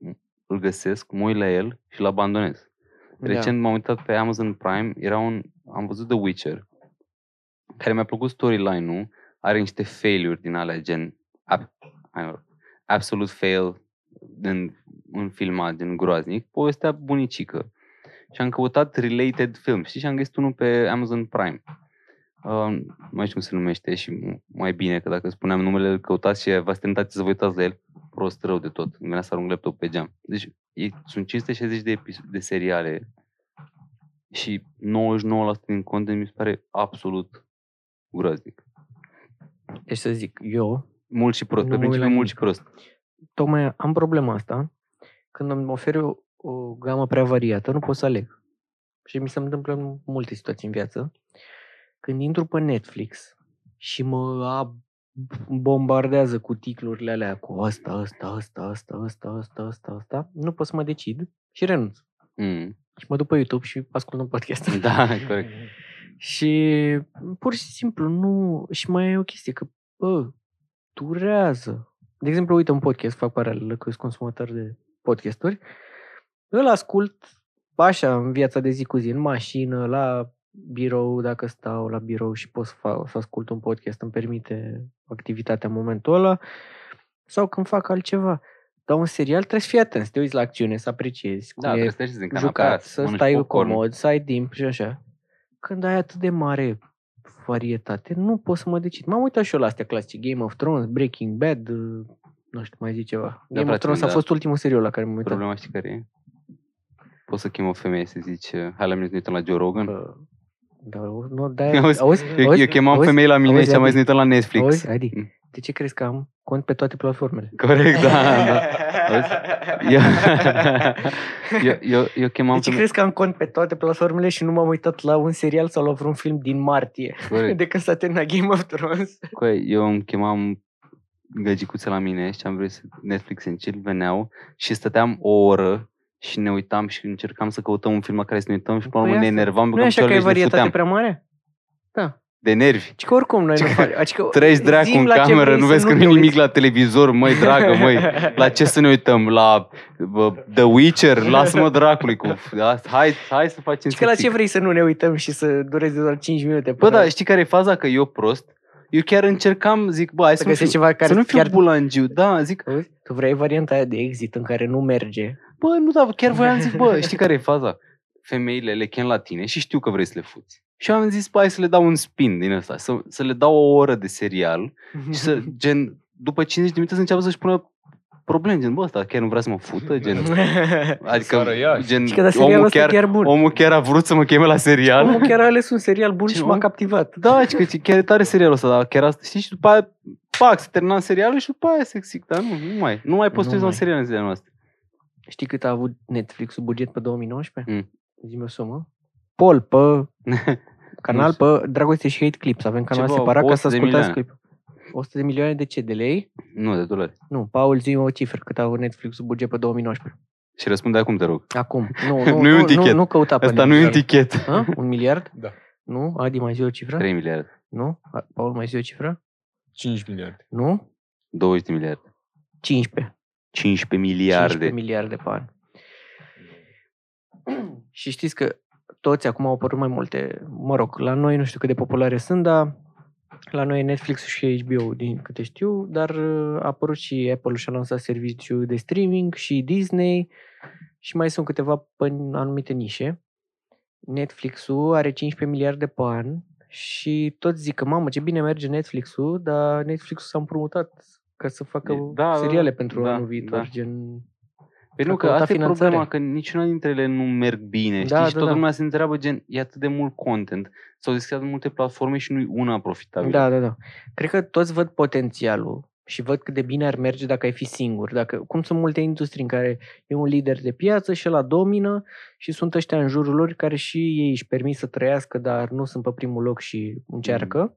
B: îl găsesc, mă uit la el și îl abandonez.
A: Da.
B: Recent m-am uitat pe Amazon Prime, era un, am văzut The Witcher, care mi-a plăcut storyline-ul, are niște failuri din alea, gen ab, I know, absolute fail în, în filmat, din groaznic, povestea bunicică. Și am căutat related film, știi, și am găsit unul pe Amazon Prime. Uh, mai știu cum se numește și m- mai bine că dacă spuneam numele, îl căutați și v-ați tentat să vă uitați la el, prost rău de tot. Îmi venea să arunc laptop pe geam. Deci e, sunt 560 de, episo- de seriale și 99% din content mi se pare absolut groaznic.
A: Deci să zic, eu
B: Mult și prost,
A: Nu
B: pe
A: mă uit la
B: principiu mult
A: nimic.
B: și prost.
A: tocmai am problema asta, când îmi oferi o, o gamă prea variată, nu pot să aleg. Și mi se întâmplă în multe situații în viață. Când intru pe Netflix și mă ab- bombardează cu ticlurile alea, cu asta, asta, asta, asta, asta, asta, asta, asta, nu pot să mă decid și renunț.
B: Mm.
A: Și mă duc pe YouTube și ascult un podcast.
B: Da, corect.
A: Și pur și simplu nu... Și mai e o chestie că, bă, durează. de exemplu, uite un podcast, fac paralelă că sunt consumator de podcasturi, îl ascult așa în viața de zi cu zi, în mașină, la birou, dacă stau la birou și pot să, fac, să ascult un podcast, îmi permite activitatea în momentul ăla, sau când fac altceva. Dar un serial trebuie să fii atent, să te uiți la acțiune, să apreciezi cum
B: Da,
A: e
B: trebuie să te așezi în canapea,
A: jucat, să
B: mănânci
A: stai
B: popcorn.
A: comod, să ai timp și așa. Când ai atât de mare varietate, nu pot să mă decid. M-am uitat și eu la astea clasice, Game of Thrones, Breaking Bad, uh, nu știu, mai zic ceva. Game of
B: frate,
A: Thrones a
B: da.
A: fost ultimul serial la care m-am uitat.
B: Problema știi care e? Poți să chemi o femeie să zici, hai la mine să ne uităm la Joe Rogan?
A: Uh, Da, nu, da,
B: Auzi,
A: auzi, auzi,
B: Eu, eu chemam femei la mine
A: auzi,
B: și am mai
A: Adi?
B: zis la Netflix.
A: Auzi, Adi,
B: Mm.
A: de ce crezi că am cont pe toate platformele?
B: Corect, da. da. Auzi? Eu, eu, eu, eu chemam
A: De ce crezi că am cont pe toate platformele și nu m-am uitat la un serial sau la vreun film din martie,
B: Corect.
A: de când s-a terminat Game of Thrones?
B: Coi, eu îmi chemam găgicuțe la mine și am vrut să Netflix în chill, veneau și stăteam o oră și ne uitam și încercam să căutăm un film la care să ne uităm și până la
A: Păi
B: urmă ne
A: asta-
B: enervam
A: Nu e
B: pentru
A: așa
B: că
A: că e
B: ne
A: varietate
B: futeam
A: prea mare? Da.
B: de nervi.
A: Deci că oricum noi
B: Ce
A: nu
B: că
A: facem. Adică
B: Treci
A: zi-mi
B: dracu în
A: la ce
B: cameră,
A: vrei
B: nu
A: să
B: vezi că
A: te
B: nu e nimic
A: uiți.
B: la televizor, măi, dragă, măi. La ce să ne uităm? La bă, The Witcher? Lasă-mă dracului cu... asta. Hai, hai să facem
A: Știi că la
B: să
A: ce vrei să nu ne uităm și să dureze doar 5 minute?
B: Deci Bă,
A: până
B: da, știi care e faza? Că eu prost, eu chiar încercam, zic, bă, hai să,
A: să
B: nu fiu-
A: găsești ceva care
B: să nu fiu
A: chiar...
B: bulangiu. Da, zic,
A: Auzi? Tu vrei varianta aia de exit în care nu merge.
B: bă, nu, da, chiar voiam zic, bă, știi care e faza? Femeile le chem la tine și știu că vrei să le fuți. Și eu am zis, bă, hai să le dau un spin din ăsta, să, să le dau o oră de serial și să, gen, după 50 de minute să înceapă să-și pună probleme, gen, bă, ăsta chiar nu vrea să mă fută, gen, adică,
C: Sară Iași.
B: gen,
A: Și că da, serialul
B: omul
A: ăsta e
B: chiar,
A: chiar bun.
B: omul chiar a vrut să mă cheme la serial.
A: Omul chiar a ales un serial bun
B: Ce,
A: și
B: om?
A: m-a captivat.
B: Da, și că e chiar e tare serialul ăsta, dar chiar asta, știi, și după aia, pac, se termina serialul și după aia se zic, dar nu, nu mai, nu mai poți să uiți la
A: Nu
B: un
A: mai.
B: serial în zilele noastre.
A: Știi cât a avut Netflix-ul buget pe 2019?
B: Mm.
A: Zi-mi o sumă. Pol pe canal, pe Dragoste și Hate Clips. Avem canal
B: Ceva,
A: separat ca
B: 100
A: să
B: de
A: ascultați
B: milioane.
A: clip. 100 de milioane de ce? De lei?
B: nu, de dolari.
A: Nu, Paul, zi o cifră cât a avut Netflix-ul buget pe 2019.
B: Și răspunde acum, te rog.
A: Acum. Nu, nu,
B: Nu e un
A: nu, nu,
B: tichet.
A: nu, căuta pe
B: Asta nu e un tichet.
A: A? Un miliard?
C: Da.
A: Nu? Adi, mai zi o cifră?
B: 3 miliarde,
A: Nu? A- Paul, mai zi o cifră?
C: 5 miliarde.
A: Nu?
B: 20 de miliarde,
A: 15.
B: 15 miliarde.
A: 15 miliarde pe an. Și știți că toți acum au apărut mai multe, mă rog, la noi nu știu cât de populare sunt, dar la noi e Netflix și HBO, din câte știu, dar uh, a apărut și Apple și-a lansat serviciul de streaming și Disney și mai sunt câteva pe anumite nișe. Netflix-ul are 15 miliarde pe an și toți zic că, mamă, ce bine merge Netflix-ul, dar Netflix-ul s-a împrumutat ca să
B: E-
A: facă
B: da, da,
A: da, seriale
B: da,
A: pentru
B: da,
A: anul viitor,
B: da.
A: gen
B: Păi nu,
A: A
B: că
A: căutat
B: asta e
A: finanțare.
B: problema, că niciuna dintre ele nu merg bine, știi?
A: Da,
B: și
A: da,
B: toată
A: da.
B: lumea se întreabă, gen, e atât de mult content, s-au deschis atât de multe platforme și nu-i una profitabilă.
A: Da, da, da. Cred că toți văd potențialul și văd cât de bine ar merge dacă ai fi singur. Dacă, cum sunt multe industrii în care e un lider de piață și la domină și sunt ăștia în jurul lor care și ei își permit să trăiască, dar nu sunt pe primul loc și încearcă.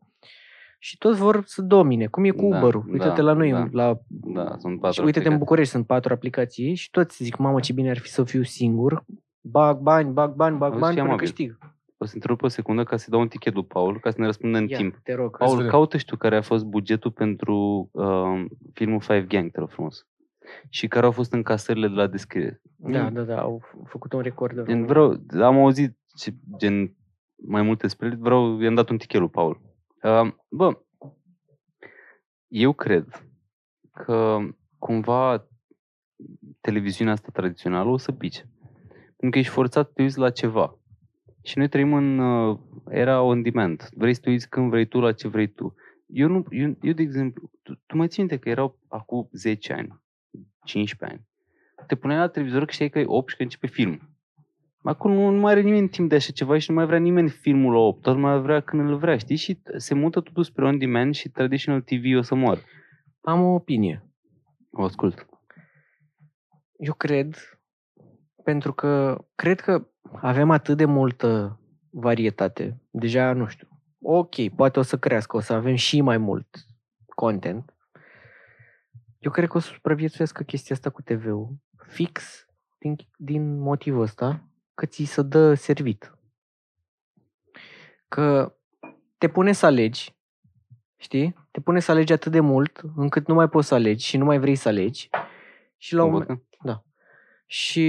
A: Și toți vor să domine, cum e cu
B: Mm. Da,
A: Uber-ul.
B: da,
A: Uite-te la noi,
B: da.
A: la
B: da sunt patru
A: și uite-te în
B: aplicații.
A: București, sunt patru aplicații și toți zic, mamă, ce bine ar fi să fiu singur. Bag bani, bag bani, bag
B: Auzi,
A: bani
B: fii
A: până
B: amabil.
A: câștig.
B: O să întrerup o secundă ca să dau un tichet lui Paul, ca să ne răspundă în timp.
A: te rog.
C: Hai să
B: Paul,
C: vedem.
B: caută și tu care a fost bugetul pentru uh, filmul Five Gang, te rog frumos. Și care au fost încasările de la descriere.
A: Da, da, da, au f- făcut un record. de
B: Gen,
A: vreo-
B: vreau, am auzit ce, gen, mai multe despre el, vreau, i-am dat un tichet lui Paul. Uh, bă, eu cred că cumva televiziunea asta tradițională o să pice. Pentru că ești forțat să te uiți la ceva. Și noi trăim în uh, era on demand. Vrei să te uiți când vrei tu, la ce vrei tu. Eu, nu, eu, eu de exemplu, tu, tu mă ții minte că erau acum 10 ani, 15 ani. Te puneai la televizor că știai că e 8 și că începe filmul. Acum nu, nu mai are nimeni timp de așa ceva și nu mai vrea nimeni filmul la 8, tot mai vrea când îl vrea, știi? Și se mută totul spre on demand și traditional TV o să moară.
A: Am o opinie.
B: O ascult.
A: Eu cred, pentru că cred că avem atât de multă varietate. Deja, nu știu, ok, poate o să crească, o să avem și mai mult content. Eu cred că o să supraviețuiască chestia asta cu TV-ul fix din, din motivul ăsta că ți se dă servit. Că te pune să alegi Știi? Te pune să alegi atât de mult încât nu mai poți să alegi și nu mai vrei să alegi. Și la un, moment-
B: Bogdan?
A: și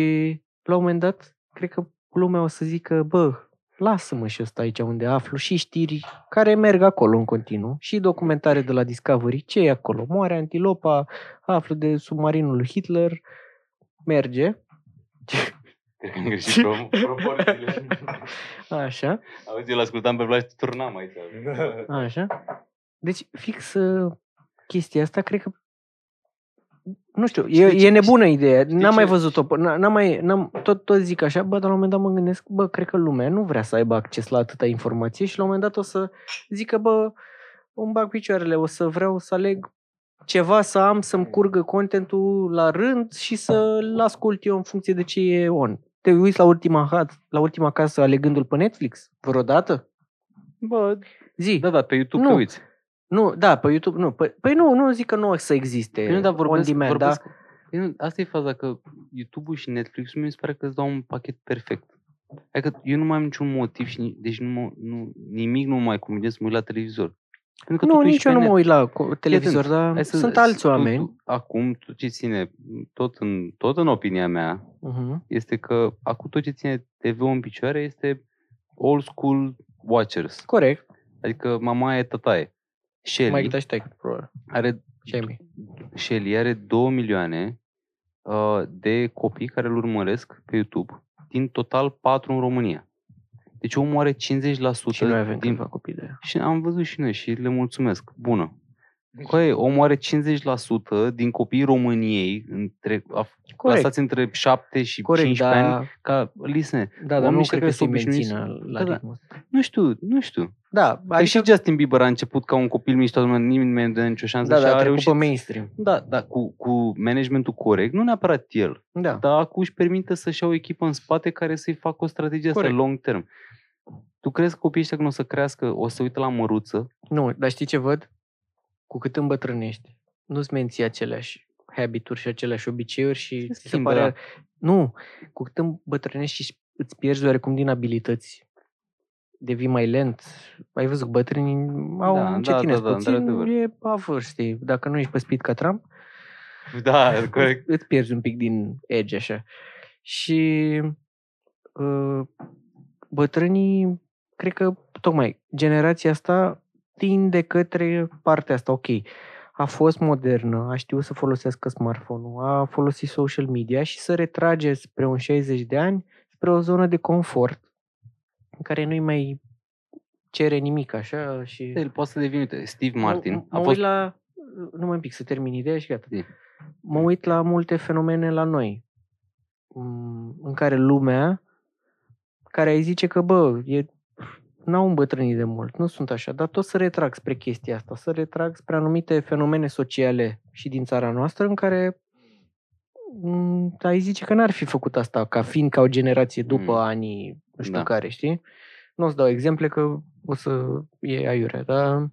A: la un moment dat, cred că lumea o să zică, bă, lasă-mă și ăsta aici unde aflu și știri care merg acolo în continuu și documentare de la Discovery, ce e acolo, moare antilopa, aflu de submarinul lui Hitler, merge,
B: Cred că am greșit prom- proporțiile.
A: așa,
B: Auzi, eu l-ascultam pe Vlad și turnam aici.
A: așa. Deci, fix uh, chestia asta, cred că nu știu, e,
B: Știi ce-
A: e nebună ideea. N-am mai
B: ce-
A: văzut-o. pă- n- N-am mai, n-am, tot, tot zic așa, bă, dar la un moment dat mă gândesc, bă, cred că lumea nu vrea să aibă acces la atâta informație și la un moment dat o să zică, bă, îmi bag picioarele, o să vreau să aleg ceva să am, să-mi curgă contentul la rând și să-l ascult eu în funcție de ce e on. Te uiți la ultima, hat- la ultima casă alegându-l pe Netflix? Vreodată?
B: Bă,
A: Zi.
B: da, da, pe YouTube
A: Nu.
B: te uiți.
A: Nu, da, pe YouTube nu. Păi, păi nu, nu zic că nu o să existe
B: Păi nu, dar
A: on
B: vorbesc,
A: demand,
B: vorbesc, da? nu, asta e faza, că YouTube-ul și Netflix-ul mi se pare că îți dau un pachet perfect. Adică eu nu mai am niciun motiv și ni- deci nu, mă- nu, nimic nu mă mai convine să mă uit la televizor. Pentru
A: da? Nu,
B: totul e
A: nici
B: și
A: eu
B: pe
A: nu
B: net.
A: mă uit la co- televizor, dar
B: Hai să-
A: sunt
B: să-
A: alți
B: tot-
A: oameni.
B: Acum, tot ce ține, tot în, tot în opinia mea,
A: Uh-huh.
B: este că acum tot ce ține TV-ul în picioare este old school watchers.
A: Corect.
B: Adică mamaia e tătaie.
A: Mai
B: Shelly
A: uita și taică, probabil.
B: are
A: Și ai
B: Deci
A: mei.
B: Shelly are 2 milioane uh, de copii care îl urmăresc pe YouTube, din total 4 în România. Deci omul are 50%
A: Și noi avem
B: din...
A: câțiva copii de aia.
B: Și am văzut și noi și le mulțumesc. Bună.
A: Deci
B: Coaie, omul are 50% din copiii României, între, af-
A: Corect,
B: clasați între 7 și
A: corect, da.
B: 15 ani,
A: dar,
B: ca listen,
A: da, dar
B: oamenii
A: nu
B: ăștia
A: cred
B: care
A: că se
B: sunt obișnuiți-
A: mențină la
B: Da, da.
A: ritmul ăsta.
B: nu știu, nu știu.
A: Da,
B: Adică... Și Justin Bieber a început ca un copil mișto, nimeni nu mai dă nicio șansă
A: da,
B: și
A: da,
B: a
A: a trecut
B: reușit.
A: pe mainstream.
B: Da, da, cu, cu managementul corect, nu neapărat el,
A: Da.
B: dar acum își permite să-și ia o echipă în spate care să-i facă o strategie asta
A: Corect.
B: long term. Tu crezi că copiii ăștia când o să crească, o să uite la măruță?
A: Nu, dar știi ce văd? Cu cât îmbătrânești, nu-ți menții aceleași habituri și aceleași obiceiuri și
B: Se
A: ți se
B: schimbă,
A: pare... Nu, cu cât îmbătrânești și îți pierzi oarecum din abilități, devii mai lent. Ai văzut că bătrânii au
B: Da,
A: da, încetinez da, da, puțin,
B: într-adevăr.
A: da, e avâr, știi? Dacă nu ești pe speed ca Trump,
B: Da,
A: îți, îți pierzi un pic din edge așa. Și uh, bătrânii, cred că tocmai generația asta tinde către partea asta, ok, a fost modernă, a știut să folosească smartphone-ul, a folosit social media și să retrage spre un 60 de ani, spre o zonă de confort în care nu-i mai cere nimic așa și...
B: El poate să devină, uite, Steve
A: Mă,
B: Martin
A: mă
B: a
A: uit
B: fost...
A: la... Numai un pic, să termin ideea și gata.
B: Zi.
A: Mă uit la multe fenomene la noi, m, în care lumea, care ai zice că, bă, e, n-au îmbătrânit de mult, nu sunt așa, dar tot să retrag spre chestia asta, să retrag spre anumite fenomene sociale și din țara noastră, în care m, ai zice că n-ar fi făcut asta, ca fiind ca o generație după
B: Mm.
A: anii nu știu
B: Da.
A: care, știi? Nu o să dau exemple că o să e aiurea, dar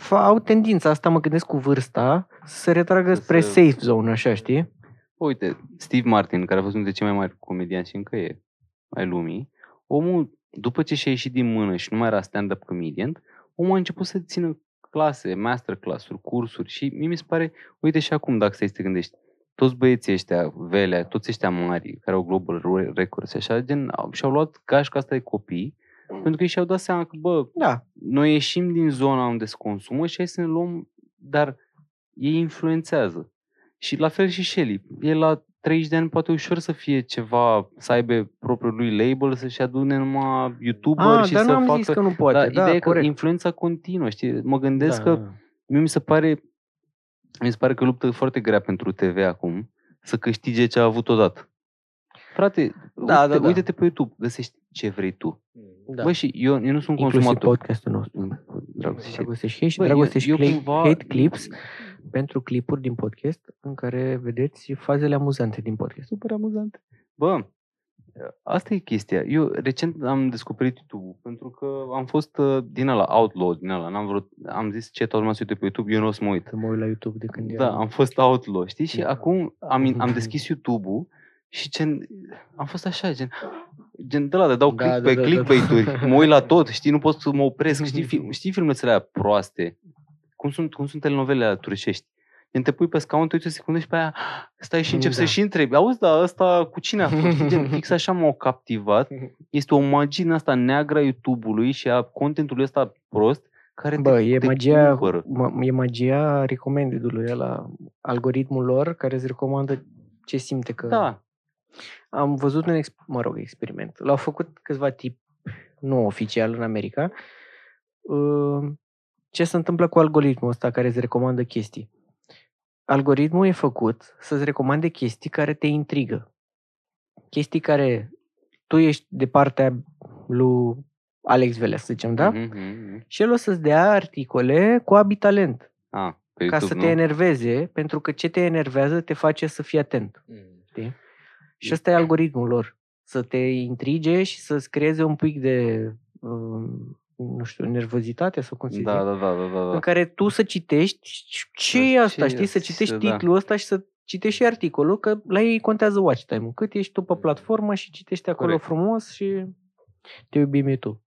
A: fa- au tendința asta, mă gândesc cu vârsta, să se retragă
B: Să
A: spre
B: se-
A: safe zone, așa, știi?
B: Uite, Steve Martin, care a fost unul dintre cei mai mari comediani și încă e ai lumii, omul, după ce și-a ieșit din mână și nu mai era stand-up comedian, omul a început să țină clase, masterclass-uri, cursuri și mie mi se pare, uite și acum dacă stai să te gândești, toți băieții ăștia, Velea, toți ăștia mari, care au global Ro- records și așa, gen, au- și-au luat gașca asta de copii, pentru că ei și-au dat seama că, bă,
A: Mm. Da,
B: noi ieșim din zona unde se consumă și hai să ne luăm, dar ei influențează. Și la fel și Shelly. El la 30 de ani poate ușor să fie ceva, să aibă propriul lui label, să-și adune numai YouTuber
A: ah,
B: și
A: dar
B: să
A: nu am
B: facă...
A: zis că nu poate, da,
B: dar ideea e că
A: corect.
B: influența continuă, știi? Mă gândesc
A: da,
B: că
A: da.
B: mie mi se pare mi se pare că luptă foarte grea pentru TV acum să câștige ce a avut odată. Frate,
A: Da,
B: uite,
A: da, da.
B: uite-te pe YouTube, găsești ce vrei tu.
A: Da.
B: Bă, și eu, eu nu sunt
A: Inclusiv
B: consumator.
A: podcastul nostru.
B: Dragoste și
A: Dragoste și Hate și
B: Bă, eu-
A: Dragoste și
B: eu
A: Clay-
B: cumva-
A: Hate Clips pentru clipuri din podcast în care vedeți fazele amuzante din podcast.
B: Super păi, amuzant. Bă, asta e chestia. Eu recent am descoperit YouTube pentru că am fost uh, din ala outlaw, din ala. N-am vrut, am zis ce toată lumea se uită pe YouTube, eu nu o să mă uit.
A: Să mă uit la YouTube de când
B: Da,
A: eram.
B: am fost outlaw, știi? Și
A: Da.
B: acum am, in- am deschis YouTube-ul și gen, am fost așa, gen, gen de la de dau
A: Da,
B: da, click da,
A: da,
B: pe da,
A: da, da,
B: clickbait-uri,
A: da.
B: mă uit la tot, știi, nu pot să mă opresc, știi, fi, știi filmețele alea proaste, cum sunt, cum sunt telenovelele alea turcești. Gen, te pui pe scaun, te uiți o secundă și pe aia "Ah, stai și începi
A: Da.
B: să-și întrebi, auzi, da, ăsta cu cine a fost? Știi, Gen, fix așa m-au captivat. Este o magie din asta neagră a YouTube-ului și a contentului ăsta prost, care
A: Bă,
B: te,
A: e
B: te
A: magia,
B: cumpără.
A: ma- e magia recommended-ului ăla, algoritmul lor care îți recomandă ce simte că...
B: Da,
A: Am văzut un, ex- mă rog, experiment. L-au făcut câțiva tip, nu oficial, în America. Uh, Ce se întâmplă cu algoritmul ăsta care îți recomandă chestii? Algoritmul e făcut să-ți recomande chestii care te intrigă. Chestii care tu ești de partea lui Alex Velea, să zicem, da?
B: Mhm, mhm.
A: Și el o să-ți dea articole cu abitalent
B: A, pe
A: ca
B: YouTube,
A: să
B: nu?
A: te enerveze, pentru că ce te enervează te face să fii atent. Știi? Și ăsta e algoritmul lor. Să te intrige și să-ți creeze un pic de, um, nu știu, nervozitate sau cum se zice.
B: Da, da, da, da, da. da.
A: În care tu să citești și ce e
B: Da,
A: asta,
B: ce
A: știi? Să
B: este,
A: citești
B: da.
A: titlul ăsta și să citești și articolul, că la ei contează watch time-ul. Cât ești tu pe platformă și citești acolo
B: Mm. Corect.
A: frumos și te iubim YouTube.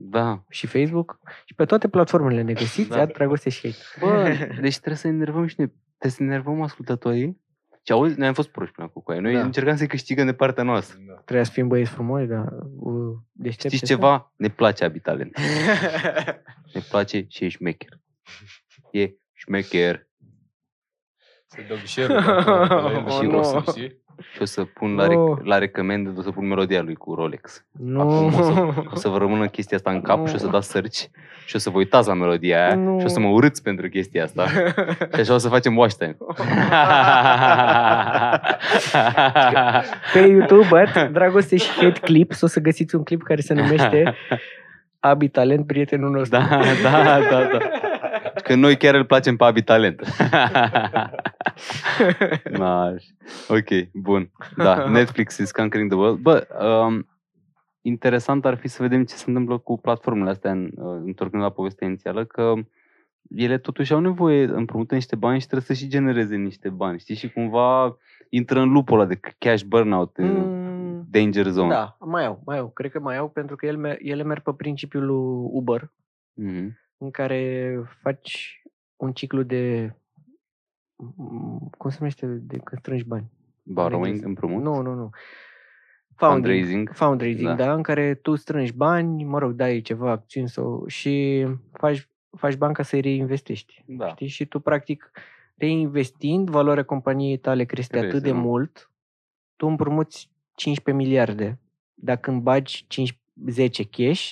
B: Da.
A: Și Facebook și pe toate platformele ne găsiți,
B: Da.
A: da. dragoste și hate.
B: Bă, deci trebuie să enervăm și noi. Trebuie să enervăm ascultătorii. Și auzi, noi am fost proști până acum cu aia. Noi da.
A: Da.
B: încercam să-i câștigăm de partea noastră.
C: Da.
A: Trebuie să fim băieți frumoși, dar uh, deștepți.
B: Știi ceva? Ne place Abitalent. ne place și e șmecher. E șmecher.
C: Se dă share acolo, pe
B: Oh,
C: el,
B: nu.
C: o să știi?
B: Și o să pun la,
A: Oh.
B: rec- la recomandă, o să pun melodia lui cu Rolex.
A: Nu.
B: Acum o să, o să vă rămână chestia asta în cap și o să
A: Nu.
B: dați search și o să vă uitați la melodia aia și o să mă urâți pentru chestia asta. Și așa o să facem watch time.
A: Pe YouTube, Dragoste și Hate Clips, o să găsiți un clip care se numește Abi Talent, prietenul nostru.
B: Da, da, da, da. Că noi chiar îl placem pe Abi Talent. Naș. ok, bun. Da, Netflix is conquering the world. Bă, um, interesant ar fi să vedem ce se întâmplă cu platformele astea, în, uh, întorcând la povestea inițială, că ele totuși au nevoie împrumută niște bani și trebuie să și genereze niște bani, știi? Și cumva intră în lupul ăla de cash burnout, mm.
A: Mm,
B: danger zone.
A: da, mai au, mai au. Cred că mai au pentru că ele, mer- ele merg pe principiul lui Uber,
B: Mhm.
A: în care faci un ciclu de mm, cum se numește, de când strângi bani.
B: Borrowing,
A: Fundraising.
B: împrumut,
A: Nu, nu, nu. Founding.
B: fundraising.
A: Fundraising,
B: Da.
A: da. da, în care tu strângi bani, mă rog, dai ceva acțiuni sau, și faci, faci bani ca să-i reinvestești.
B: Da.
A: Știi? Și tu, practic, reinvestind, valoarea companiei tale crește
B: Crește,
A: atât de
B: nu?
A: mult, tu împrumuți 15 miliarde. Dacă îmi bagi 5, 10 cash,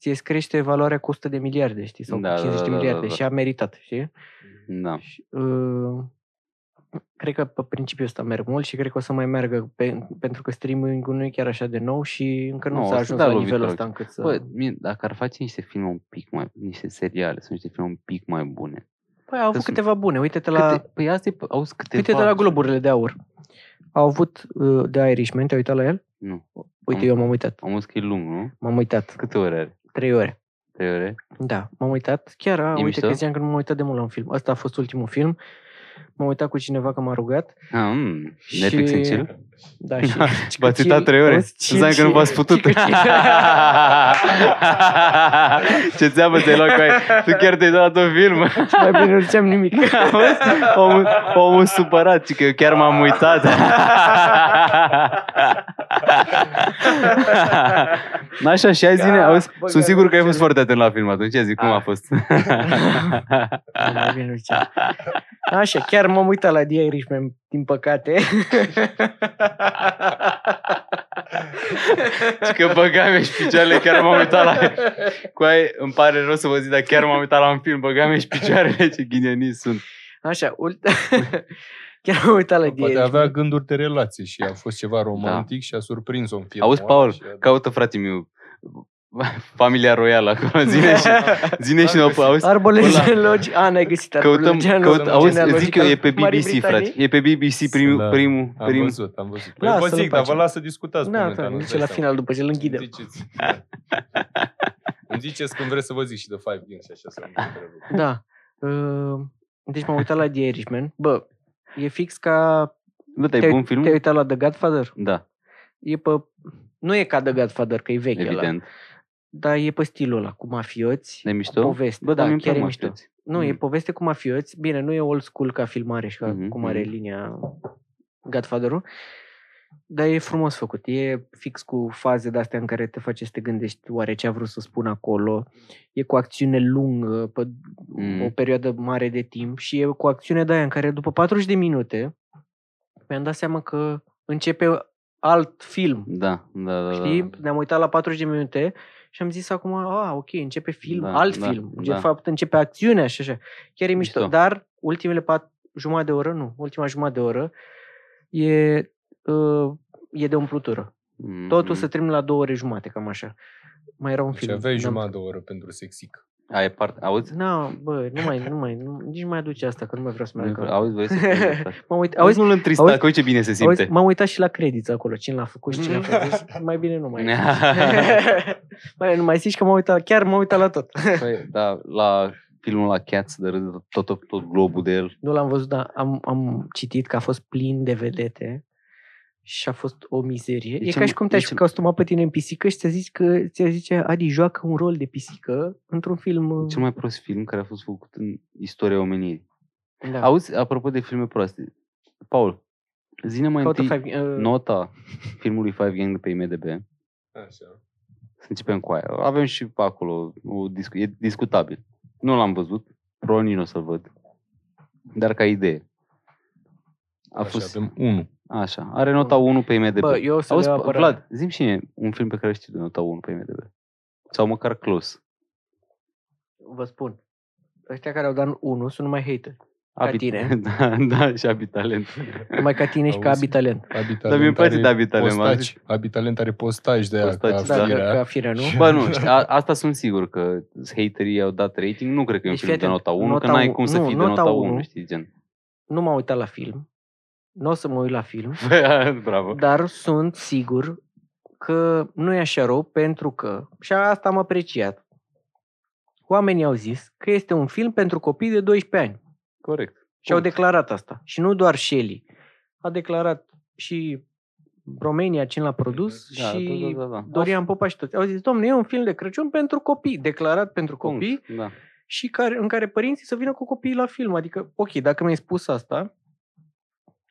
A: ți crește valoarea cu 100 de miliarde, știi? Sau
B: Da,
A: da,
B: da,
A: 50 de
B: da, da,
A: miliarde
B: da.
A: și a meritat, știi?
B: Da.
A: Și, uh, cred că pe principiul ăsta merg mult și cred că o să mai meargă pe, pentru că streaming-ul nu e chiar așa de nou și încă nu
B: Nu,
A: no,
B: o
A: s-a
B: să
A: ajuns
B: dea
A: la nivelul
B: lovitură.
A: ăsta încât să...
B: Bă, mie, dacă ar face niște filme un pic mai, niște seriale sau niște filme un pic mai bune.
A: păi, au avut
B: sunt-
A: câteva bune. Uite-te la,
B: La...
A: Câte,
B: Câte, păi asta e, auzi câteva.
A: uite-te la Globurile de Aur. Au avut uh, The Irishman, te-ai uitat la el?
B: Nu,
A: Uite,
B: Am-
A: eu m-am uitat.
B: am văzut că e lung, nu?
A: M-am uitat.
B: Câte ore are?
A: Trei ore.
B: Trei ore?
A: Da, m-am uitat. Chiar, a, uite
B: mișto?
A: că ziceam că nu m-am uitat de mult la un film. Ăsta a fost ultimul film. M-am uitat cu cineva că m-a rugat.
B: Ah, mm, Netflix și...
A: Și-
B: în chill?
A: Da, și...
B: V-ați uitat trei ore? Înseamnă că nu v-ați putut. Ce țeapă ți-ai luat cu aia? Tu chiar te-ai dat un film.
A: Mai bine nu ziceam nimic.
B: Auzi? omul, omul supărat, și că eu chiar m-am uitat. Așa, și ai zine,
A: Gata,
B: auzi,
A: bă,
B: sunt
A: gata,
B: sigur că ai fost
A: înțeleg.
B: foarte atent la film atunci, zic, cum a fost?
A: Da, mai bine nu ziceam. Așa, chiar m-am uitat la The Irishman, din păcate.
B: Și că băgam și picioarele, chiar m-am uitat la... Cu aia, îmi pare rău să vă zic, dar chiar m-am uitat la un film, băgam și picioarele, ce ghinionii sunt.
A: Așa, ult... chiar m-am uitat la The
C: Poate
A: Irishman.
C: avea gânduri de relație și a fost ceva romantic și a surprins-o în filmul
B: Auzi,
C: ăla
B: Paul,
C: și a-
B: caută frate meu familia royală acolo, zine și, zine și nouă, auzi,
A: Arbole
B: ăla-
A: genealogic. A, n-ai găsit arbole
B: Căutăm,
A: genealogic.
B: căut, auzi,
A: genealogic
B: zic eu, e pe
A: al Marii
B: BBC, frate.
A: Britanii.
B: E pe BBC primul,
C: Da.
B: primul,
C: Am
B: primul.
C: văzut, am văzut. Păi
A: Lasă-l
C: vă
A: în
C: zic, dar
A: pace.
C: vă las să discutați.
A: Da,
C: momentan,
A: da,
C: îți
A: duce
C: dai
A: la
C: seama.
A: final după ce îl
C: Îmi
A: înghidem.
C: ziceți, îmi ziceți când vreți să vă zic și de Five Games și așa să nu întrerup.
A: Da. Uh, Deci m-am uitat la The Irishman. Bă, e fix ca...
B: Bă, dar e
A: Te-ai-
B: bun film?
A: Te-ai uitat la The Godfather?
B: Da.
A: E pe Nu e ca The Godfather, că e vechi ăla,
B: evident.
A: dar e pe stilul ăla, cu mafioți,
B: E mișto?
A: poveste.
B: Bă, dar
A: da,
B: mi-e
A: chiar e
B: plac
A: mișto.
B: mafioți.
A: Nu, e
B: Mm.
A: poveste cu mafioți. Bine, nu e old school ca filmare și ca
B: Mhm,
A: mm-hmm. cum are
B: mhm.
A: linia Godfather-ul, dar e frumos făcut. E fix cu faze de-astea în care te face să te gândești oare ce a vrut să spun acolo. E cu acțiune lungă, pe
B: Mm.
A: mm. o perioadă mare de timp și e cu acțiune de-aia în care după 40 de minute mi-am dat seama că începe alt film.
B: Da, da, da.
A: Știi?
B: Da.
A: Ne-am uitat la 40 de minute și am zis acum, a, ok, începe film,
B: Da,
A: da, alt
B: da,
A: da, film. De
B: da.
A: da. fapt, începe acțiunea și așa. Chiar e mișto.
B: Mișto.
A: Dar ultimele pat, jumătate de oră, nu, ultima jumătate de oră e, uh, e de umplutură.
B: Mm,
A: Totul
B: mm.
A: se trimite la două ore jumate, cam așa. Mai era un
C: Deci
A: film.
C: aveai
A: n-am-
C: jumătate de oră pentru sexic.
B: Aia e parte. Auzi?
A: Nu, bă, nu mai, nu mai, nu, nici nu mai aduce asta, că nu mai vreau să mai aduc.
B: Auzi, vrei să spui asta?
A: M-am uit,
B: Auzi,
A: auzi,
B: nu-l întrista,
A: auzi-
B: că uite ce bine se
A: auzi,
B: simte.
A: m-am uitat și la credit acolo, cine l-a făcut și cine a făcut. mai bine nu mai. mai nu mai zici că m-am uitat, chiar m-am uitat la tot.
B: Păi, da, la filmul la Cats de râde tot, tot, tot globul de el.
A: Nu l-am văzut, dar am, am citit că a fost plin de vedete și a fost o mizerie.
B: E
A: E, e
B: cel-
A: ca și cum
B: e
A: te-aș
B: cel-
A: costuma pe tine în pisică și ți-a zis că ți-a zice Adi joacă un rol de pisică într-un film.
B: Cel mai prost film care a fost făcut în istoria omenirii.
A: da.
B: Auzi, apropo de filme proaste, Paul, zine mai
A: Caută
B: întâi
A: five, uh,
B: nota filmului Five Gang de pe IMDB.
C: Așa.
B: Să începem cu aia. Avem și pe acolo, o discu- e discutabil. Nu l-am văzut, probabil nici nu o să-l văd. Dar ca idee. A
C: A Așa,
B: fost...
C: fost... avem unul.
B: Așa, are nota 1 pe IMDb.
A: Bă, eu o să
B: Auzi,
A: le
B: pa-
A: apăr-
B: Vlad, zim și mie un film pe care îl știi de nota 1 pe IMDb. Sau măcar close.
A: Vă spun. Ăștia care au dat 1 sunt numai hater. Ca
B: Abi-
A: tine.
B: da, da, și abi talent.
A: Numai ca tine și ca
C: Auzi?
A: abitalent.
C: Abitalent
B: Dar mi-e place
C: are
B: de Abitalent, m-am
C: postaci. Abitalent are postaj de aia.
B: Postaci,
C: Postaci,
B: da.
A: Da, că,
C: da.
A: ca fire, nu?
B: Bă, nu, știi, a, asta sunt sigur că haterii au dat rating. Nu cred că e un
A: Deci
B: film
A: fii
B: de
A: atent,
B: nota 1, că
A: nota
B: n-ai
A: unu-
B: cum să
A: nu,
B: fii de
A: nota
B: nota 1,
A: unu.
B: știi, gen.
A: Nu m-am uitat la film. Nu o să mă uit la film.
B: Bravo.
A: Dar sunt sigur că nu e așa rău pentru că, și asta am apreciat, oamenii au zis că este un film pentru copii de 12 ani
B: Corect.
A: și au
B: Punct.
A: declarat asta. Și nu doar Shelley. A declarat și România cine l-a produs
B: Da,
A: și
B: da, da, da, da.
A: Dorian Popa și toți. Au zis, domnule, e un film de Crăciun pentru copii, declarat pentru
B: Punct.
A: copii
B: Da.
A: și care, în care părinții să vină cu copiii la film. Adică, ok, dacă mi-ai spus asta,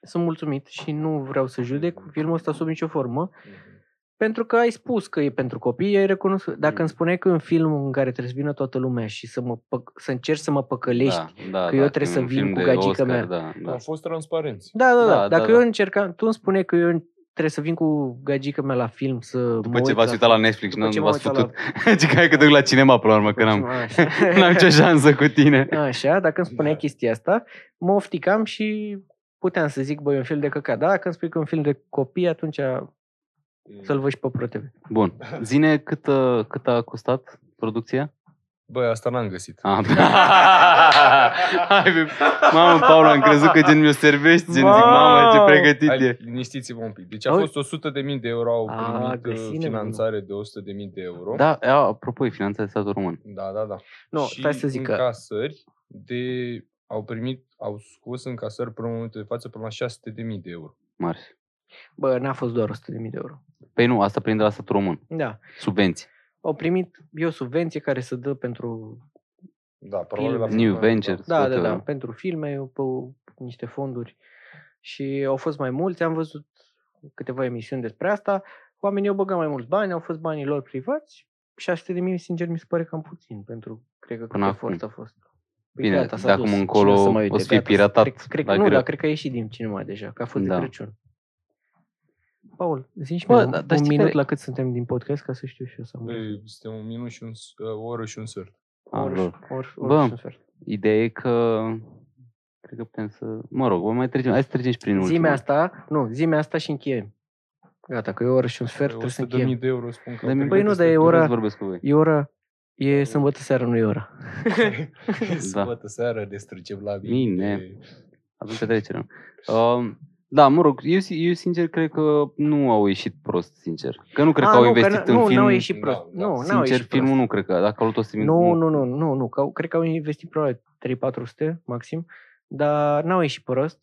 A: sunt mulțumit și nu vreau să judec filmul ăsta sub nicio formă,
B: Mhm.
A: pentru că ai spus că e pentru copii, ai recunoscut. Dacă
B: Mhm.
A: îmi spuneai că e un film în care trebuie să vină toată lumea și să, mă pă- să încerci să mă păcălești,
B: da, da,
A: că eu
B: da,
A: trebuie
B: e
A: să
B: un
A: vin
B: film
A: cu
B: de
A: gagica
B: Oscar,
A: mea.
B: Da, da.
C: Au fost transparenți.
A: da, da, da,
B: Da,
A: da, dacă
B: da,
A: eu
B: da.
A: încercam, tu îmi spuneai că eu trebuie să vin cu gagica mea la film să
B: După ce v-ați uitat la Netflix,
A: după
B: nu
A: ce m-am
B: v-ați
A: uitat la-
B: făcut. Zic, hai că duc la cinema, până la urmă, că n-am,
A: Așa.
B: n-am nicio șansă cu tine.
A: Așa, dacă îmi spunea
C: Da.
A: chestia asta, mă ofticam și puteam să zic, băi, e un film de căcat. Da, dacă îmi spui că e un film de copii, atunci să-l văd și pe ProTV.
B: Bun. Zine cât, uh, cât a costat producția?
C: Băi, asta n-am găsit.
B: Ah. Hai, pe- mamă, Paul, am crezut că gen mi-o servești, gen zic, mamă, ce
A: Wow!
B: pregătit
C: Hai,
B: e.
C: liniștiți-vă un pic. Deci a
A: Auzi?
C: fost 100 de mii de euro, au
A: A,
C: primit
A: găsine,
C: uh,
A: mă,
C: finanțare de 100 de mii de euro.
B: Da, a, apropo, e finanțat de statul român.
C: Da, da, da.
A: Nu,
C: și
A: stai să zic că...
C: încasări de, au primit, au scos încasări până în momentul de față până la 600 de mii de euro.
B: Mari.
A: Bă, n-a fost doar 100.000 de euro.
B: Păi nu, asta prinde la statul român.
A: Da.
B: Subvenții.
A: Au primit, e o subvenție care se dă pentru,
C: Da, probabil
A: Film.
C: la
B: New
C: final,
B: Ventures.
A: da,
B: uite,
A: da, da, pentru filme, pe niște fonduri. Și au fost mai mulți, am văzut câteva emisiuni despre asta. Oamenii au băgat mai mulți bani, au fost banii lor privați. 600 de mii, sincer, mi se pare cam puțin pentru, cred că, cât
B: Până
A: de
B: acum.
A: forță a fost. Păi
B: Bine,
A: gata, s-a
B: de acum
A: dus.
B: încolo
A: Cine mai
B: o să
A: uite?
B: fie
A: Gata, s-
B: piratat
A: Cred, cred,
B: la
A: că- nu,
B: greu.
A: dar cred că a ieșit din cinema deja, că a fost
B: Da.
A: de Crăciun. Paul, zici
B: Bă,
A: mi un,
B: da- dar
A: un
B: știi
A: minut
B: care-
A: la cât suntem din podcast ca să știu și eu să am.
C: Băi, suntem un minut și un, s- o oră și un sfert.
B: da.
A: Ori-
B: Avro.
A: ori-
B: Bă.
A: ori și un sfert.
B: Ideea e că... Cred că putem să... Mă rog, o mai trecem. Hai să trecem și prin
A: Zime
B: ultima.
A: asta, nu, zime asta și încheiem. Gata, că e o oră și un sfert,
C: Păi,
A: trebuie să
C: 100 de mii
A: încheiem.
C: de euro spun că...
B: Dar mi-e
A: Păi nu, dar e
B: Vreau
A: ora,
B: să vorbesc cu voi.
A: e ora,
B: Da.
A: e sâmbătă seara, nu e ora.
C: Săpătă seara destrăgem la
B: Bine. Avem petrecerea. Um, da, mă rog, eu, si- eu sincer cred că nu au ieșit prost, sincer. Că nu cred
A: Ah,
B: că au
A: nu, că
B: investit
A: n-
B: în
A: nu,
B: film.
A: n-au ieșit
C: Da,
A: prost.
C: da.
A: Nu, n-au
B: sincer,
A: ieșit
B: filmul
A: prost.
B: nu cred că, dacă au tot să
A: Nu, nu, nu, nu, nu, că, au- cred că au investit probabil 3-400 maxim, dar n-au ieșit prost.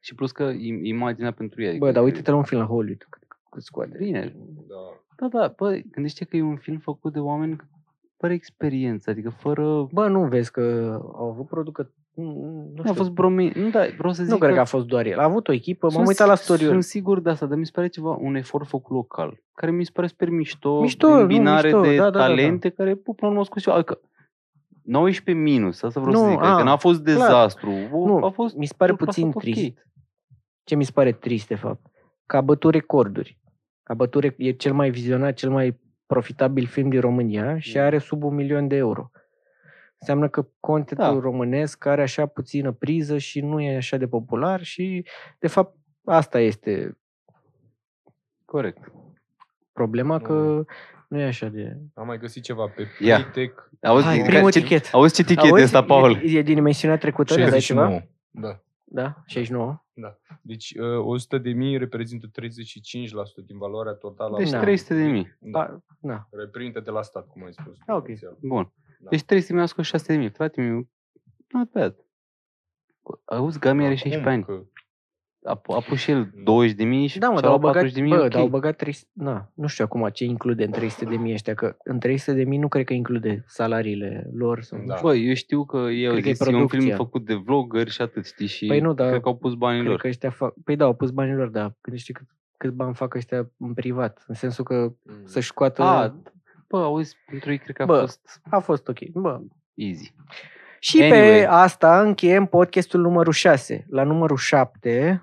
B: Și plus că im- imaginea pentru ei.
A: Bă, dar uite-te la un film la Hollywood.
B: cu squadrine.
C: Da.
B: Da, da, bă, gândește că e un film făcut de oameni fără experiență, adică fără...
A: Bă, nu vezi că au avut producători... Nu știu.
B: Nu a fost bromi... Nu, da, vreau să zic
A: nu
B: că...
A: cred că a fost doar el. A avut o echipă, m-am
B: sunt-
A: uitat la story
B: Sunt sigur de asta, dar mi se pare ceva, un efort făcut local, care mi se pare super mișto,
A: Mișto,
B: mișto
A: nu,
B: binare
A: mișto,
B: de
A: da, da, da, da.
B: talente care, pup, nu cunoscut și eu. Adică, 19 minus, asta vreau să
A: Nu,
B: zic, adică
A: a,
B: n-a fost
A: clar.
B: dezastru, o,
A: Nu,
B: a fost...
A: Mi se pare
B: a fost
A: puțin
B: ok.
A: trist. Ce mi se pare trist, de fapt? Că a bătut recorduri. A bătut rec- e cel mai vizionat, cel mai profitabil film din România și are sub un milion de euro. Înseamnă că contentul
B: Da.
A: românesc are așa puțină priză și nu e așa de popular și, de fapt, asta este
B: Corect.
A: problema,
C: Nu.
A: că nu e așa de...
C: Am mai găsit ceva pe
B: Ia.
C: Playtech.
B: Auzi,
A: Hai,
B: ca-
A: primul
B: ce-
A: tichet.
B: Auzi ce tichet
A: Auzi,
B: e ăsta, Paul.
A: E, e din dimensiunea trecută, ne dai ceva?
C: 69. Da.
A: Da, 69.
C: Deci uh, 100 de mii reprezintă 35% din valoarea totală. a
B: Deci
A: Da.
C: unui-
B: 300 de mii.
C: Da.
A: Pa- na.
C: Reprinte de la stat, cum ai spus.
A: Ah, ok.
C: inițial.
B: Bun.
C: Da.
B: Deci 300 de mii a scos 6 de mii. Frate meu, not bad. Auzi, Gami are
C: Acum Mm.
B: 16 ani.
C: că-
B: A, a pus și el 20 de mii și
A: Da, mă,
B: și-a
A: dar au
B: luat
A: băgat,
B: 40 de mii,
A: bă,
B: ok.
A: dar au băgat 300, na, nu știu acum ce include în 300 de mii ăștia, că în 300 de mii nu cred că include salariile lor. Sau,
C: Da.
B: Bă, eu știu că e,
A: Cred că e
B: zis, e un film
A: producția.
B: făcut de vlogger și atât, știi? Și
A: Păi nu, dar
B: cred că au pus banii
A: Cred
B: lor.
A: că ăștia fac, păi da, au pus banii lor, dar gândește cât, cât bani fac ăștia în privat, în sensul că să-și scoată...
B: A, bă, auzi, pentru ei cred că a
A: Bă.
B: fost
A: a fost ok. Bă.
B: easy.
A: Și anyway. pe
B: Anyway.
A: asta încheiem podcastul numărul 6. La numărul 7...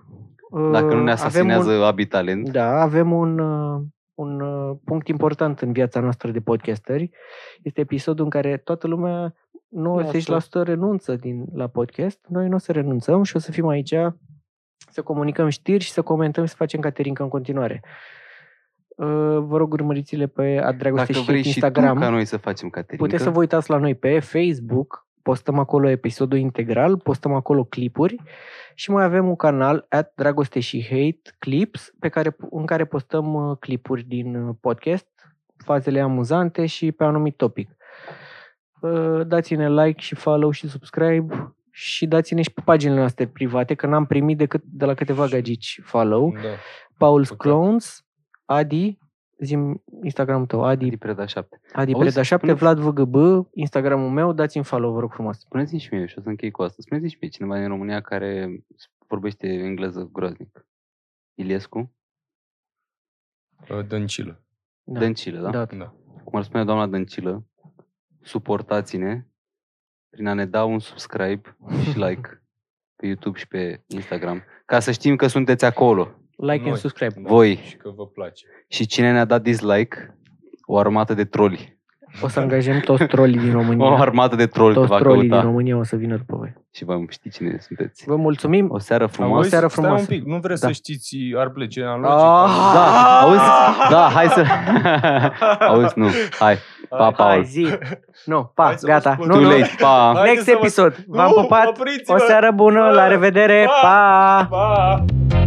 B: Dacă nu ne
A: avem
B: asasinează
A: un,
B: un... Abitalent,
A: Da, avem un, uh, un uh, punct important în viața noastră de podcasteri. Este episodul în care toată lumea, 90% renunță din, la podcast. Noi nu o să renunțăm și o să fim aici să comunicăm știri și să comentăm și să facem caterincă în continuare. Uh, Vă rog, urmăriți-le pe Adragoste
B: dacă
A: și
B: vrei și
A: Instagram.
B: tu ca noi să facem caterincă,
A: Puteți să vă uitați la noi pe Facebook, postăm acolo episodul integral, postăm acolo clipuri și mai avem un canal at Dragoste și Hate Clips pe care, în care postăm uh, clipuri din uh, podcast, fazele amuzante și pe anumit topic. Uh, Dați-ne like și follow și subscribe și dați-ne și pe paginile noastre private, că n-am primit decât de la câteva gagici follow.
C: Da.
A: Paul's
C: păcat.
A: Clones, Adi, zim Instagramul tău, Adi
B: Adi Preda 7.
A: Adi
B: Auzi,
A: Preda 7,
B: spuneți-
A: Vlad VGB, Instagramul meu, dați-mi follow, vă rog frumos.
B: Spuneți-mi și mie, și o să închei cu asta, spuneți-mi și mie cineva din România care vorbește engleză groaznic. Iliescu?
C: Uh, Dăncilă.
A: Da.
B: Dăncilă, da?
A: Da.
C: Da.
B: Cum ar spune doamna Dăncilă, suportați-ne prin a ne da un subscribe și like pe YouTube și pe Instagram, ca să știm că sunteți acolo.
A: Like
C: Noi.
A: and subscribe.
C: Da.
B: Voi.
C: Și că vă place.
B: Și cine ne-a dat dislike? O armată de troli.
A: O să angajăm toți trolii din
B: O
A: România.
B: armată de troli te
A: toți
B: va
A: trolii din
B: căuta.
A: România o să vină după voi.
B: Și vă ști cine sunteți.
A: Vă mulțumim.
B: O seară
A: Auzi?
B: frumoasă.
A: seară
C: Stai
A: frumoasă.
C: un pic, nu vreți
B: Da.
C: să știți ar plece în
A: Ah!
C: logică.
B: Da, auzi? Da, hai să... auzi, nu. Hai, pa,
A: Hai,
B: Paul.
A: zi. Nu, pa,
C: Hai să vă
A: gata.
C: spun.
A: Nu,
B: Too
A: nu.
B: late, pa.
C: Haideți
A: Next
C: să vă-
A: Uh, episod. V-am
C: Nu,
A: pupat.
C: opriți-vă.
A: O seară bună. La revedere.
C: Pa.
A: Pa.
C: Pa!